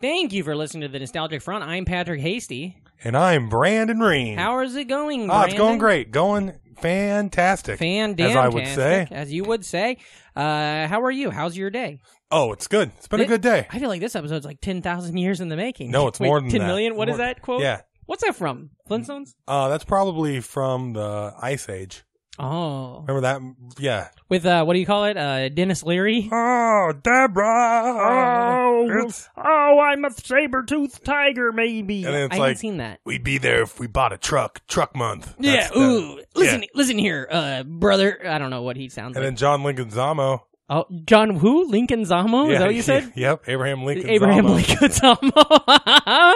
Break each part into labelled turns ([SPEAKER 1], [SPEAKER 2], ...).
[SPEAKER 1] Thank you for listening to the Nostalgic Front. I'm Patrick Hasty.
[SPEAKER 2] And I'm Brandon Ream.
[SPEAKER 1] How is it going?
[SPEAKER 2] oh, it's
[SPEAKER 1] Brandon?
[SPEAKER 2] going great. Going fantastic.
[SPEAKER 1] Fandantastic,
[SPEAKER 2] As I would say.
[SPEAKER 1] as you would say. Uh, how are you? How's your day?
[SPEAKER 2] Oh, it's good. It's been
[SPEAKER 1] Thi-
[SPEAKER 2] a good day.
[SPEAKER 1] I feel like this episode's like ten thousand years in the making.
[SPEAKER 2] No, it's
[SPEAKER 1] Wait,
[SPEAKER 2] more than
[SPEAKER 1] 10
[SPEAKER 2] that.
[SPEAKER 1] million? What is
[SPEAKER 2] More-
[SPEAKER 1] that quote?
[SPEAKER 2] Yeah.
[SPEAKER 1] What's that from? Flintstones?
[SPEAKER 2] Uh, that's probably from the Ice Age.
[SPEAKER 1] Oh,
[SPEAKER 2] Remember that? Yeah.
[SPEAKER 1] with uh, what do you call it? Uh, Dennis Leary.
[SPEAKER 2] Oh, Deborah. It's-
[SPEAKER 1] oh, I'm a saber toothed tiger, maybe.
[SPEAKER 2] And then it's
[SPEAKER 1] I
[SPEAKER 2] like-
[SPEAKER 1] haven't seen that.
[SPEAKER 2] We'd be there if we bought a truck. Truck month.
[SPEAKER 1] Yeah.
[SPEAKER 2] That's the-
[SPEAKER 1] ooh, listen,
[SPEAKER 2] Yeah.
[SPEAKER 1] listen here, uh, brother. I don't know what he sounds
[SPEAKER 2] And
[SPEAKER 1] like.
[SPEAKER 2] then John Lincoln Zamo.
[SPEAKER 1] oh, John who? Lincoln Zamo? Is that what you said?
[SPEAKER 2] Yep. Abraham Lincoln
[SPEAKER 1] Abraham
[SPEAKER 2] Zamo.
[SPEAKER 1] Lincoln Zamo.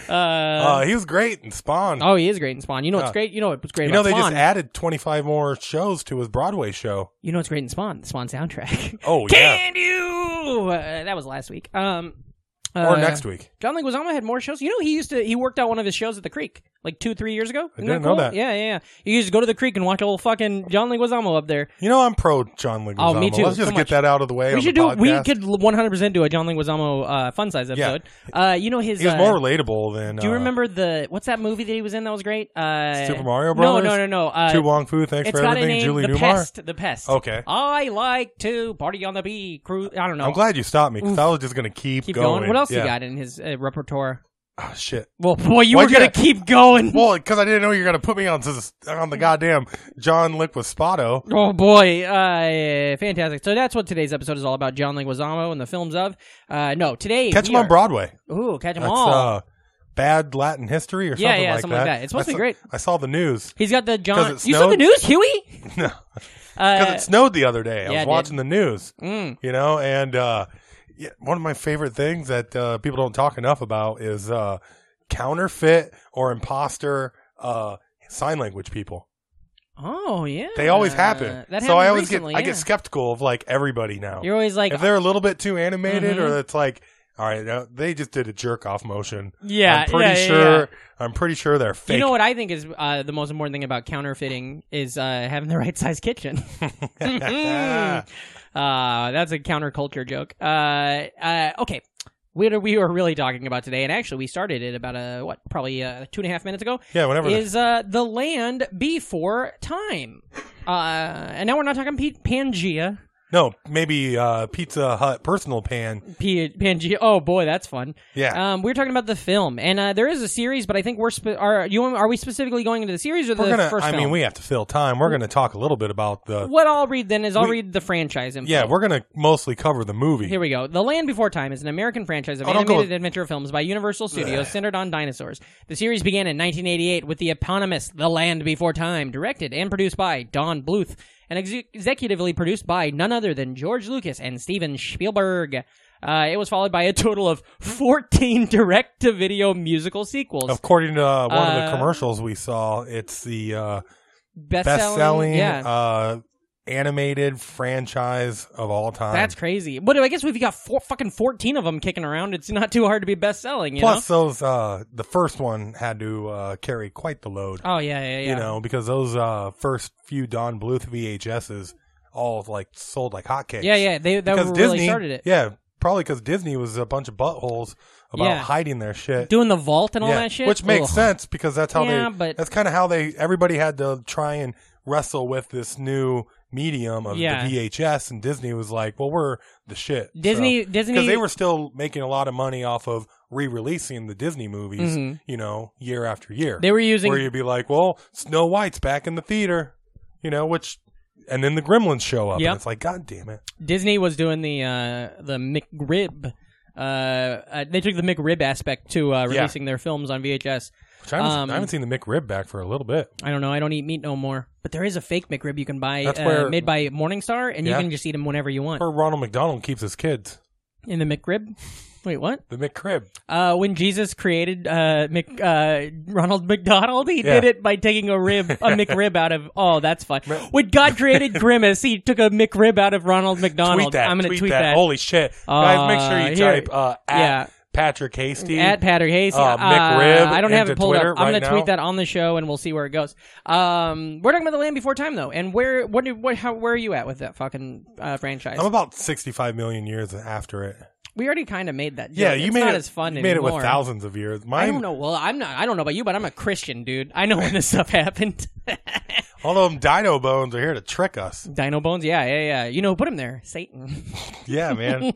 [SPEAKER 1] uh,
[SPEAKER 2] Uh, he was great in Spawn.
[SPEAKER 1] oh, he is great in Spawn. You know what's
[SPEAKER 2] uh,
[SPEAKER 1] great? You know what's great
[SPEAKER 2] you
[SPEAKER 1] about
[SPEAKER 2] know, they
[SPEAKER 1] Spawn?
[SPEAKER 2] just added 25 more shows to his Broadway show.
[SPEAKER 1] you know what's great in Spawn? The Spawn soundtrack.
[SPEAKER 2] Oh, yeah.
[SPEAKER 1] Can you? Uh, that was last week. Um, uh,
[SPEAKER 2] Or next week.
[SPEAKER 1] John Leguizamo had more shows. You know, he used to he worked out one of his shows at the Creek like two three years ago. Isn't
[SPEAKER 2] didn't
[SPEAKER 1] that
[SPEAKER 2] know
[SPEAKER 1] cool?
[SPEAKER 2] that.
[SPEAKER 1] Yeah, yeah, yeah. You used to go to the Creek and watch old fucking John Leguizamo up there.
[SPEAKER 2] You know, I'm pro John Leguizamo.
[SPEAKER 1] Oh, me too,
[SPEAKER 2] Let's just
[SPEAKER 1] so
[SPEAKER 2] get
[SPEAKER 1] much.
[SPEAKER 2] that out of the way.
[SPEAKER 1] we
[SPEAKER 2] on
[SPEAKER 1] should
[SPEAKER 2] the
[SPEAKER 1] do. We
[SPEAKER 2] podcast.
[SPEAKER 1] could 100 percent do a John Leguizamo uh, fun size episode. Uh, you know his.
[SPEAKER 2] He was
[SPEAKER 1] uh,
[SPEAKER 2] more relatable than.
[SPEAKER 1] do you
[SPEAKER 2] uh,
[SPEAKER 1] remember the what's that movie that he was in that was great? Uh,
[SPEAKER 2] Super
[SPEAKER 1] No,
[SPEAKER 2] Mario Brothers?
[SPEAKER 1] no, no, no. Uh,
[SPEAKER 2] Tu Wong Fu? Thanks
[SPEAKER 1] it's
[SPEAKER 2] for
[SPEAKER 1] got
[SPEAKER 2] everything,
[SPEAKER 1] a name.
[SPEAKER 2] Julie
[SPEAKER 1] the
[SPEAKER 2] Newmar.
[SPEAKER 1] Pest. The Pest.
[SPEAKER 2] Okay.
[SPEAKER 1] I like to party on the bee. Cruise. I don't know.
[SPEAKER 2] I'm glad you stopped me because I was just gonna keep,
[SPEAKER 1] Keep
[SPEAKER 2] going.
[SPEAKER 1] going. What else
[SPEAKER 2] yeah.
[SPEAKER 1] you got in his uh, repertoire?
[SPEAKER 2] Oh shit.
[SPEAKER 1] Well, boy, you
[SPEAKER 2] Why'd
[SPEAKER 1] were
[SPEAKER 2] you
[SPEAKER 1] gonna
[SPEAKER 2] got-
[SPEAKER 1] keep going.
[SPEAKER 2] Well, because I didn't know you were gonna put me on s- on the goddamn John Liquispato.
[SPEAKER 1] Oh boy, uh, fantastic! So that's what today's episode is all about: John Leguizamo and the films of. Uh, no, today
[SPEAKER 2] Catch
[SPEAKER 1] we
[SPEAKER 2] him on
[SPEAKER 1] are-
[SPEAKER 2] Broadway.
[SPEAKER 1] Ooh, catch 'em
[SPEAKER 2] That's
[SPEAKER 1] all!
[SPEAKER 2] uh, bad Latin history or
[SPEAKER 1] Yeah,
[SPEAKER 2] something
[SPEAKER 1] yeah,
[SPEAKER 2] like
[SPEAKER 1] something
[SPEAKER 2] that.
[SPEAKER 1] like that. It's supposed to be
[SPEAKER 2] I saw-
[SPEAKER 1] great.
[SPEAKER 2] I saw the news.
[SPEAKER 1] He's got the John.
[SPEAKER 2] 'Cause it
[SPEAKER 1] You saw the
[SPEAKER 2] snowed?
[SPEAKER 1] news, Huey?
[SPEAKER 2] no, because
[SPEAKER 1] Uh,
[SPEAKER 2] it snowed the other day.
[SPEAKER 1] yeah,
[SPEAKER 2] I
[SPEAKER 1] it
[SPEAKER 2] was
[SPEAKER 1] did.
[SPEAKER 2] watching the news.
[SPEAKER 1] mm,
[SPEAKER 2] you know and uh yeah, one of my favorite things that uh, people don't talk enough about is uh counterfeit or imposter uh sign language people
[SPEAKER 1] oh yeah,
[SPEAKER 2] they always happen
[SPEAKER 1] That
[SPEAKER 2] so i
[SPEAKER 1] happened
[SPEAKER 2] always
[SPEAKER 1] recently,
[SPEAKER 2] get i
[SPEAKER 1] yeah.
[SPEAKER 2] get skeptical of like everybody now
[SPEAKER 1] You're always like, uh,
[SPEAKER 2] if they're a little bit too animated
[SPEAKER 1] Mhm.
[SPEAKER 2] or it's like all right uh, they just did a jerk off motion
[SPEAKER 1] yeah,
[SPEAKER 2] i'm pretty
[SPEAKER 1] yeah, yeah,
[SPEAKER 2] sure
[SPEAKER 1] yeah.
[SPEAKER 2] i'm pretty sure they're fake
[SPEAKER 1] You know what I think is uh, the most important thing about counterfeiting is uh, having the right size kitchen. uh, that's a counterculture joke. Uh, uh, okay. What are we were really talking about today, and actually we started it about uh what probably uh, two and a half minutes ago.
[SPEAKER 2] yeah whenever
[SPEAKER 1] Is uh, the land before time? Uh, and now we're not talking P- Pangea.
[SPEAKER 2] no maybe uh pizza hut personal pan
[SPEAKER 1] P- Pangea. Oh boy, that's fun.
[SPEAKER 2] yeah
[SPEAKER 1] Um, we were talking about the film, and uh, there is a series, but I think we're spe- are you are we specifically going into the series or
[SPEAKER 2] we're
[SPEAKER 1] the
[SPEAKER 2] gonna
[SPEAKER 1] first
[SPEAKER 2] i
[SPEAKER 1] film?
[SPEAKER 2] mean we have to fill time we're gonna talk a little bit about the
[SPEAKER 1] what I'll read then is I'll
[SPEAKER 2] We-
[SPEAKER 1] read the franchise info.
[SPEAKER 2] Yeah, we're gonna mostly cover the movie.
[SPEAKER 1] Here we go. The Land Before Time is an American franchise of
[SPEAKER 2] Oh, don't go-
[SPEAKER 1] animated adventure films by Universal Studios centered on dinosaurs. The series began in 1988 with the eponymous The Land Before Time, directed and produced by Don Bluth, and exe- executively produced by none other than George Lucas and Steven Spielberg. Uh, it was followed by a total of 14 direct to video musical sequels.
[SPEAKER 2] According to uh, one of
[SPEAKER 1] Uh,
[SPEAKER 2] the commercials we saw, it's the uh,
[SPEAKER 1] Best
[SPEAKER 2] best-selling
[SPEAKER 1] Yeah.
[SPEAKER 2] uh, animated franchise of all time.
[SPEAKER 1] That's crazy. But I guess if you got four, fucking 14 of them kicking around, it's not too hard to be best selling, you
[SPEAKER 2] plus those. Uh, the first one had to uh, carry quite the load,
[SPEAKER 1] know? Oh, yeah, yeah, yeah.
[SPEAKER 2] you know, because those uh, first few Don Bluth VHSs all like sold like hotcakes.
[SPEAKER 1] Yeah, yeah. They that
[SPEAKER 2] because
[SPEAKER 1] really
[SPEAKER 2] Disney
[SPEAKER 1] started it.
[SPEAKER 2] Yeah, probably because Disney was a bunch of buttholes about
[SPEAKER 1] Yeah.
[SPEAKER 2] hiding their shit.
[SPEAKER 1] Doing the vault and all
[SPEAKER 2] Yeah,
[SPEAKER 1] that shit.
[SPEAKER 2] Which makes
[SPEAKER 1] Ugh.
[SPEAKER 2] sense because that's how
[SPEAKER 1] Yeah,
[SPEAKER 2] they
[SPEAKER 1] but-
[SPEAKER 2] that's kind of how they everybody had to try and wrestle with this new medium of
[SPEAKER 1] Yeah.
[SPEAKER 2] the VHS and Disney was like, "Well, we're the shit."
[SPEAKER 1] Disney Disney
[SPEAKER 2] because they were still making a lot of money off of re-releasing the Disney movies,
[SPEAKER 1] Mhm.
[SPEAKER 2] you know, year after year.
[SPEAKER 1] they were using
[SPEAKER 2] where you'd be like, "Well, Snow White's back in the theater." You know, which and then the Gremlins show up
[SPEAKER 1] Yep.
[SPEAKER 2] and it's like, "God damn it."
[SPEAKER 1] Disney was doing the uh the McRib uh, uh they took the McRib aspect to uh
[SPEAKER 2] Yeah.
[SPEAKER 1] releasing their films on VHS.
[SPEAKER 2] Which I haven't,
[SPEAKER 1] Um,
[SPEAKER 2] I haven't seen the McRib back for a little bit.
[SPEAKER 1] I don't know, I don't eat meat no more. But there is a fake McRib you can buy
[SPEAKER 2] That's
[SPEAKER 1] uh,
[SPEAKER 2] where-
[SPEAKER 1] made by Morningstar and
[SPEAKER 2] Yeah.
[SPEAKER 1] you can just eat them whenever you want.
[SPEAKER 2] Where Ronald McDonald keeps his kids.
[SPEAKER 1] In the McRib? Wait, what?
[SPEAKER 2] The McCrib.
[SPEAKER 1] Uh, when Jesus created uh, Mc, uh, Ronald McDonald, he
[SPEAKER 2] Yeah.
[SPEAKER 1] did it by taking a rib, a McRib out of. Oh, that's fun. When God created Grimace, he took a McRib out of Ronald McDonald.
[SPEAKER 2] Tweet that.
[SPEAKER 1] I'm gonna
[SPEAKER 2] tweet,
[SPEAKER 1] tweet,
[SPEAKER 2] that. Holy shit. Guys, make sure
[SPEAKER 1] Uh,
[SPEAKER 2] you
[SPEAKER 1] here-
[SPEAKER 2] type uh, at
[SPEAKER 1] yeah.
[SPEAKER 2] Patrick Hasty.
[SPEAKER 1] at Patrick Hayes.
[SPEAKER 2] Uh, McRib
[SPEAKER 1] I don't have
[SPEAKER 2] into
[SPEAKER 1] it pulled
[SPEAKER 2] Twitter
[SPEAKER 1] up. I'm
[SPEAKER 2] right
[SPEAKER 1] going to tweet
[SPEAKER 2] now.
[SPEAKER 1] that on the show, and we'll see where it goes. Um, we're talking about the land before time, though, and where what do- what how where are you at with that fucking uh, franchise?
[SPEAKER 2] I'm about 65 million years after it.
[SPEAKER 1] we already kind of made that. Joke.
[SPEAKER 2] Yeah, you
[SPEAKER 1] It's
[SPEAKER 2] made
[SPEAKER 1] not
[SPEAKER 2] it.
[SPEAKER 1] as fun
[SPEAKER 2] you made it with
[SPEAKER 1] anymore.
[SPEAKER 2] thousands of years.
[SPEAKER 1] I
[SPEAKER 2] Mine,
[SPEAKER 1] don't know. Well, I'm not. I don't know about you, but I'm a Christian, dude. I know when this stuff happened.
[SPEAKER 2] all them dino bones are here to trick us.
[SPEAKER 1] Dino Bones, yeah, yeah, yeah. You know, who put him there, Satan.
[SPEAKER 2] Yeah, man.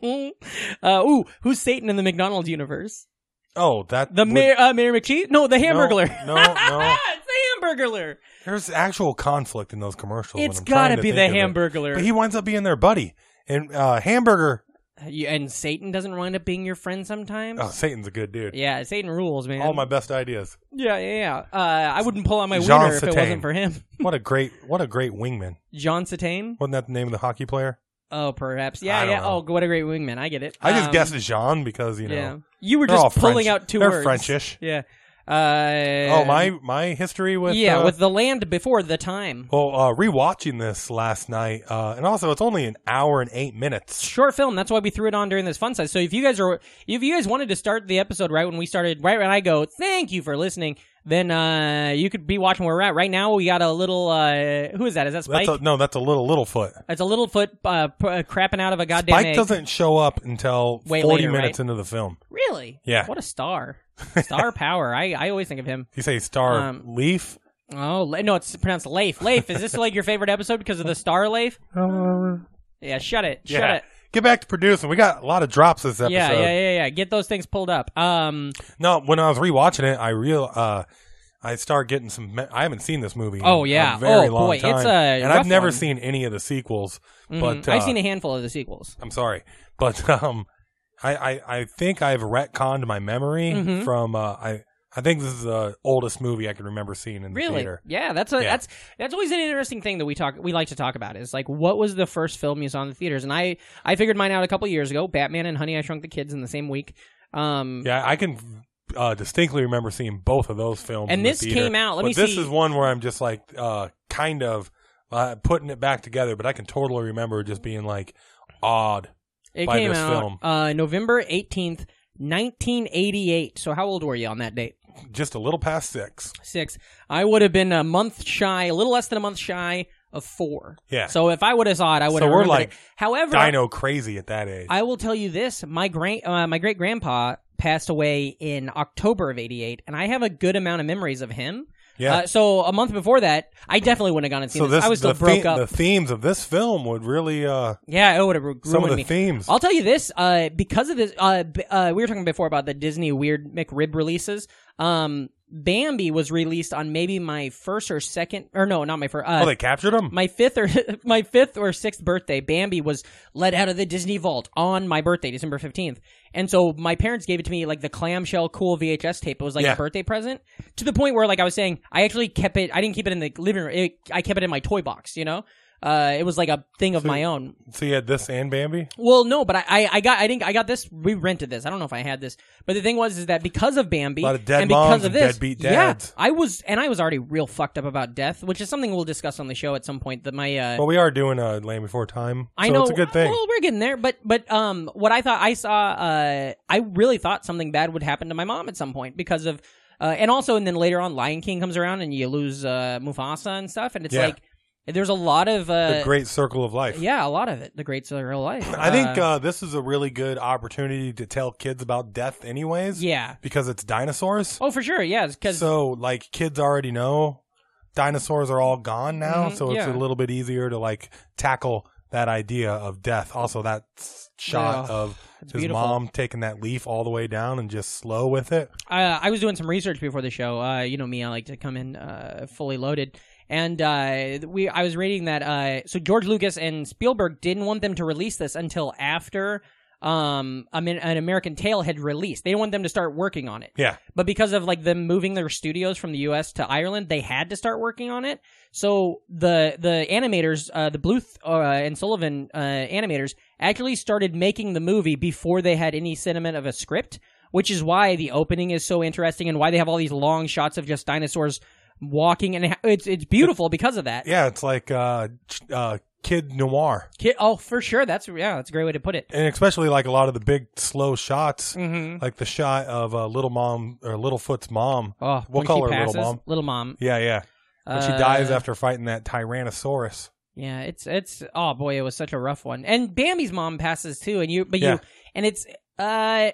[SPEAKER 1] uh, ooh, who's Satan in the McDonald's universe?
[SPEAKER 2] oh, that
[SPEAKER 1] The
[SPEAKER 2] would-
[SPEAKER 1] Mayor, uh, Mayor McCheese? No, the
[SPEAKER 2] no,
[SPEAKER 1] Hamburglar.
[SPEAKER 2] No, no.
[SPEAKER 1] it's the Hamburglar.
[SPEAKER 2] There's actual conflict in those commercials. when
[SPEAKER 1] It's
[SPEAKER 2] I'm
[SPEAKER 1] got
[SPEAKER 2] trying
[SPEAKER 1] to be the
[SPEAKER 2] think of it.
[SPEAKER 1] Hamburglar.
[SPEAKER 2] But he winds up being their buddy. And uh, Hamburger,
[SPEAKER 1] Uh, You- and Satan doesn't wind up being your friend sometimes.
[SPEAKER 2] oh, Satan's a good dude.
[SPEAKER 1] Yeah, Satan rules, man.
[SPEAKER 2] All my best ideas.
[SPEAKER 1] yeah, yeah, yeah. Uh, I wouldn't pull out my
[SPEAKER 2] Jean
[SPEAKER 1] wiener if it
[SPEAKER 2] Satane.
[SPEAKER 1] wasn't for him.
[SPEAKER 2] What a great, what a great wingman.
[SPEAKER 1] John Satane?
[SPEAKER 2] Wasn't that the name of the hockey player?
[SPEAKER 1] Oh, perhaps. Yeah,
[SPEAKER 2] I don't
[SPEAKER 1] yeah.
[SPEAKER 2] know.
[SPEAKER 1] Oh, what a great wingman. I get it.
[SPEAKER 2] I just
[SPEAKER 1] Um,
[SPEAKER 2] guessed Jean because you know
[SPEAKER 1] Yeah, you were
[SPEAKER 2] they're all
[SPEAKER 1] just pulling
[SPEAKER 2] French.
[SPEAKER 1] out 2
[SPEAKER 2] They're
[SPEAKER 1] words.
[SPEAKER 2] Frenchish.
[SPEAKER 1] Yeah. Uh,
[SPEAKER 2] oh my my history with
[SPEAKER 1] yeah,
[SPEAKER 2] uh,
[SPEAKER 1] with the land before the time.
[SPEAKER 2] well uh, rewatching this last night uh, and also it's only an hour and eight minutes.
[SPEAKER 1] Short film. That's why we threw it on during this fun size. So if you guys are, if you guys wanted to start the episode right when we started, right when I go, thank you for listening. Then uh, you could be watching where we're at right now. We got a little. Uh, who is that? Is that Spike?
[SPEAKER 2] That's a, no, that's a little Littlefoot.
[SPEAKER 1] It's a little foot uh, p- uh, crapping out of a goddamn.
[SPEAKER 2] Spike
[SPEAKER 1] egg.
[SPEAKER 2] doesn't show up until
[SPEAKER 1] Way
[SPEAKER 2] forty
[SPEAKER 1] later,
[SPEAKER 2] minutes
[SPEAKER 1] right?
[SPEAKER 2] into the film.
[SPEAKER 1] really.
[SPEAKER 2] Yeah.
[SPEAKER 1] What a star. Star power. I, I always think of him.
[SPEAKER 2] You say Star
[SPEAKER 1] Um,
[SPEAKER 2] Leaf?
[SPEAKER 1] Oh La- no, it's pronounced Leif. Leif, is this like your favorite episode because of the star Leif? Yeah. Shut it. Shut
[SPEAKER 2] yeah.
[SPEAKER 1] it.
[SPEAKER 2] Get back to producing. We got a lot of drops this episode.
[SPEAKER 1] Yeah, yeah, yeah, yeah. Get those things pulled up. Um.
[SPEAKER 2] No, when I was rewatching it, I real uh, I started getting some. me- I haven't seen this movie. in
[SPEAKER 1] Oh, yeah.
[SPEAKER 2] a very
[SPEAKER 1] Oh,
[SPEAKER 2] long
[SPEAKER 1] boy, it's
[SPEAKER 2] time.
[SPEAKER 1] a
[SPEAKER 2] and
[SPEAKER 1] rough
[SPEAKER 2] I've never
[SPEAKER 1] one.
[SPEAKER 2] seen any of the sequels.
[SPEAKER 1] mhm.
[SPEAKER 2] But
[SPEAKER 1] I've
[SPEAKER 2] uh,
[SPEAKER 1] seen a handful of the sequels.
[SPEAKER 2] I'm sorry, but um, I, I I think I've retconned my memory
[SPEAKER 1] Mhm.
[SPEAKER 2] from uh, I I think this is the oldest movie I can remember seeing in the
[SPEAKER 1] Really?
[SPEAKER 2] theater.
[SPEAKER 1] Yeah, that's a,
[SPEAKER 2] Yeah.
[SPEAKER 1] that's that's always an interesting thing that we talk we like to talk about is like what was the first film you saw in the theaters? And I I figured mine out a couple years ago. Batman and Honey I Shrunk the Kids in the same week. Um,
[SPEAKER 2] Yeah, I can uh, distinctly remember seeing both of those films.
[SPEAKER 1] And
[SPEAKER 2] in the
[SPEAKER 1] this
[SPEAKER 2] theater.
[SPEAKER 1] came out- let
[SPEAKER 2] but
[SPEAKER 1] me
[SPEAKER 2] This
[SPEAKER 1] see.
[SPEAKER 2] is one where I'm just like uh, kind of uh, putting it back together, but I can totally remember just being like odd.
[SPEAKER 1] it
[SPEAKER 2] by
[SPEAKER 1] came
[SPEAKER 2] this
[SPEAKER 1] out
[SPEAKER 2] film.
[SPEAKER 1] Uh, November eighteenth, nineteen eighty eight. So how old were you on that date?
[SPEAKER 2] just a little past six.
[SPEAKER 1] Six. I would have been a month shy, a little less than a month shy of four.
[SPEAKER 2] Yeah.
[SPEAKER 1] So if I would have saw it, I would
[SPEAKER 2] So
[SPEAKER 1] have.
[SPEAKER 2] we're
[SPEAKER 1] remembered
[SPEAKER 2] like
[SPEAKER 1] it. however,
[SPEAKER 2] Dino crazy at that age.
[SPEAKER 1] I will tell you this: my great uh, my great grandpa passed away in October of '88, and I have a good amount of memories of him.
[SPEAKER 2] yeah.
[SPEAKER 1] Uh, so a month before that, I definitely wouldn't have gone and seen
[SPEAKER 2] so
[SPEAKER 1] this.
[SPEAKER 2] this
[SPEAKER 1] I was
[SPEAKER 2] the,
[SPEAKER 1] still broke
[SPEAKER 2] the-
[SPEAKER 1] up.
[SPEAKER 2] the themes of this film would really uh
[SPEAKER 1] yeah, it would have ruined
[SPEAKER 2] some of the
[SPEAKER 1] me.
[SPEAKER 2] themes.
[SPEAKER 1] I'll tell you this: uh, because of this, uh, b- uh, we were talking before about the Disney weird McRib releases. Um, Bambi was released on maybe my first or second, or no, not my first. Uh,
[SPEAKER 2] oh, they captured him.
[SPEAKER 1] my fifth or my fifth or sixth birthday, Bambi was let out of the Disney vault on my birthday, December fifteenth. And so my parents gave it to me like the clamshell cool VHS tape. It was like
[SPEAKER 2] Yeah.
[SPEAKER 1] a birthday present to the point where like I was saying, I actually kept it. I didn't keep it in the living room. It, I kept it in my toy box. You know, uh, it was like a thing of my own.
[SPEAKER 2] so you had this and Bambi.
[SPEAKER 1] Well, no, but I, I, I got I think I got this. We rented this. I don't know if I had this, but the thing was is that because of Bambi
[SPEAKER 2] Lot of dead
[SPEAKER 1] and because
[SPEAKER 2] moms
[SPEAKER 1] of
[SPEAKER 2] and
[SPEAKER 1] this,
[SPEAKER 2] deadbeat dads.
[SPEAKER 1] yeah, I was and I was already real fucked up about death, which is something we'll discuss on the show at some point. That my uh,
[SPEAKER 2] Well, we are doing a Land Before Time.
[SPEAKER 1] I
[SPEAKER 2] so
[SPEAKER 1] know
[SPEAKER 2] it's a good thing.
[SPEAKER 1] Well, we're getting there, but but um, what I thought I saw, uh, I really thought something bad would happen to my mom at some point because of, uh, and also and then later on, Lion King comes around and you lose uh, Mufasa and stuff, and it's
[SPEAKER 2] Yeah.
[SPEAKER 1] like there's a lot of uh,
[SPEAKER 2] the great circle of life.
[SPEAKER 1] yeah, a lot of it, the great real life.
[SPEAKER 2] I think uh, this is a really good opportunity to tell kids about death, anyways.
[SPEAKER 1] yeah.
[SPEAKER 2] Because it's dinosaurs.
[SPEAKER 1] Oh, for sure, yeah, because
[SPEAKER 2] So, like, kids already know dinosaurs are all gone now,
[SPEAKER 1] Mhm,
[SPEAKER 2] so it's
[SPEAKER 1] yeah.
[SPEAKER 2] a little bit easier to like tackle that idea of death. Also, that s- shot
[SPEAKER 1] Yeah,
[SPEAKER 2] of his
[SPEAKER 1] it's beautiful.
[SPEAKER 2] mom taking that leaf all the way down and just slow with it.
[SPEAKER 1] uh, I was doing some research before the show. Uh, you know me, I like to come in uh, fully loaded. And uh, we, I was reading that. Uh, so George Lucas and Spielberg didn't want them to release this until after um, I mean, an American Tale had released. They didn't want them to start working on it.
[SPEAKER 2] Yeah,
[SPEAKER 1] But because of like them moving their studios from the U.S. to Ireland, they had to start working on it. So the the animators, uh, the Bluth uh, and Sullivan uh, animators, actually started making the movie before they had any sentiment of a script, which is why the opening is so interesting and why they have all these long shots of just dinosaurs walking and it ha- it's it's beautiful because of that.
[SPEAKER 2] Yeah, it's like uh, ch- uh, kid noir,
[SPEAKER 1] Ki- oh, for sure. That's yeah, that's a great way to put it.
[SPEAKER 2] and especially like a lot of the big slow shots,
[SPEAKER 1] Mhm.
[SPEAKER 2] like the shot of uh, little mom or Littlefoot's mom.
[SPEAKER 1] Oh,
[SPEAKER 2] We'll
[SPEAKER 1] when
[SPEAKER 2] call
[SPEAKER 1] she
[SPEAKER 2] her Little
[SPEAKER 1] passes,
[SPEAKER 2] Mom.
[SPEAKER 1] Little mom.
[SPEAKER 2] Yeah, yeah. When she
[SPEAKER 1] Uh,
[SPEAKER 2] dies after fighting that Tyrannosaurus.
[SPEAKER 1] Yeah, it's it's oh boy, it was such a rough one. And Bambi's mom passes too, and you but
[SPEAKER 2] Yeah.
[SPEAKER 1] you and it's uh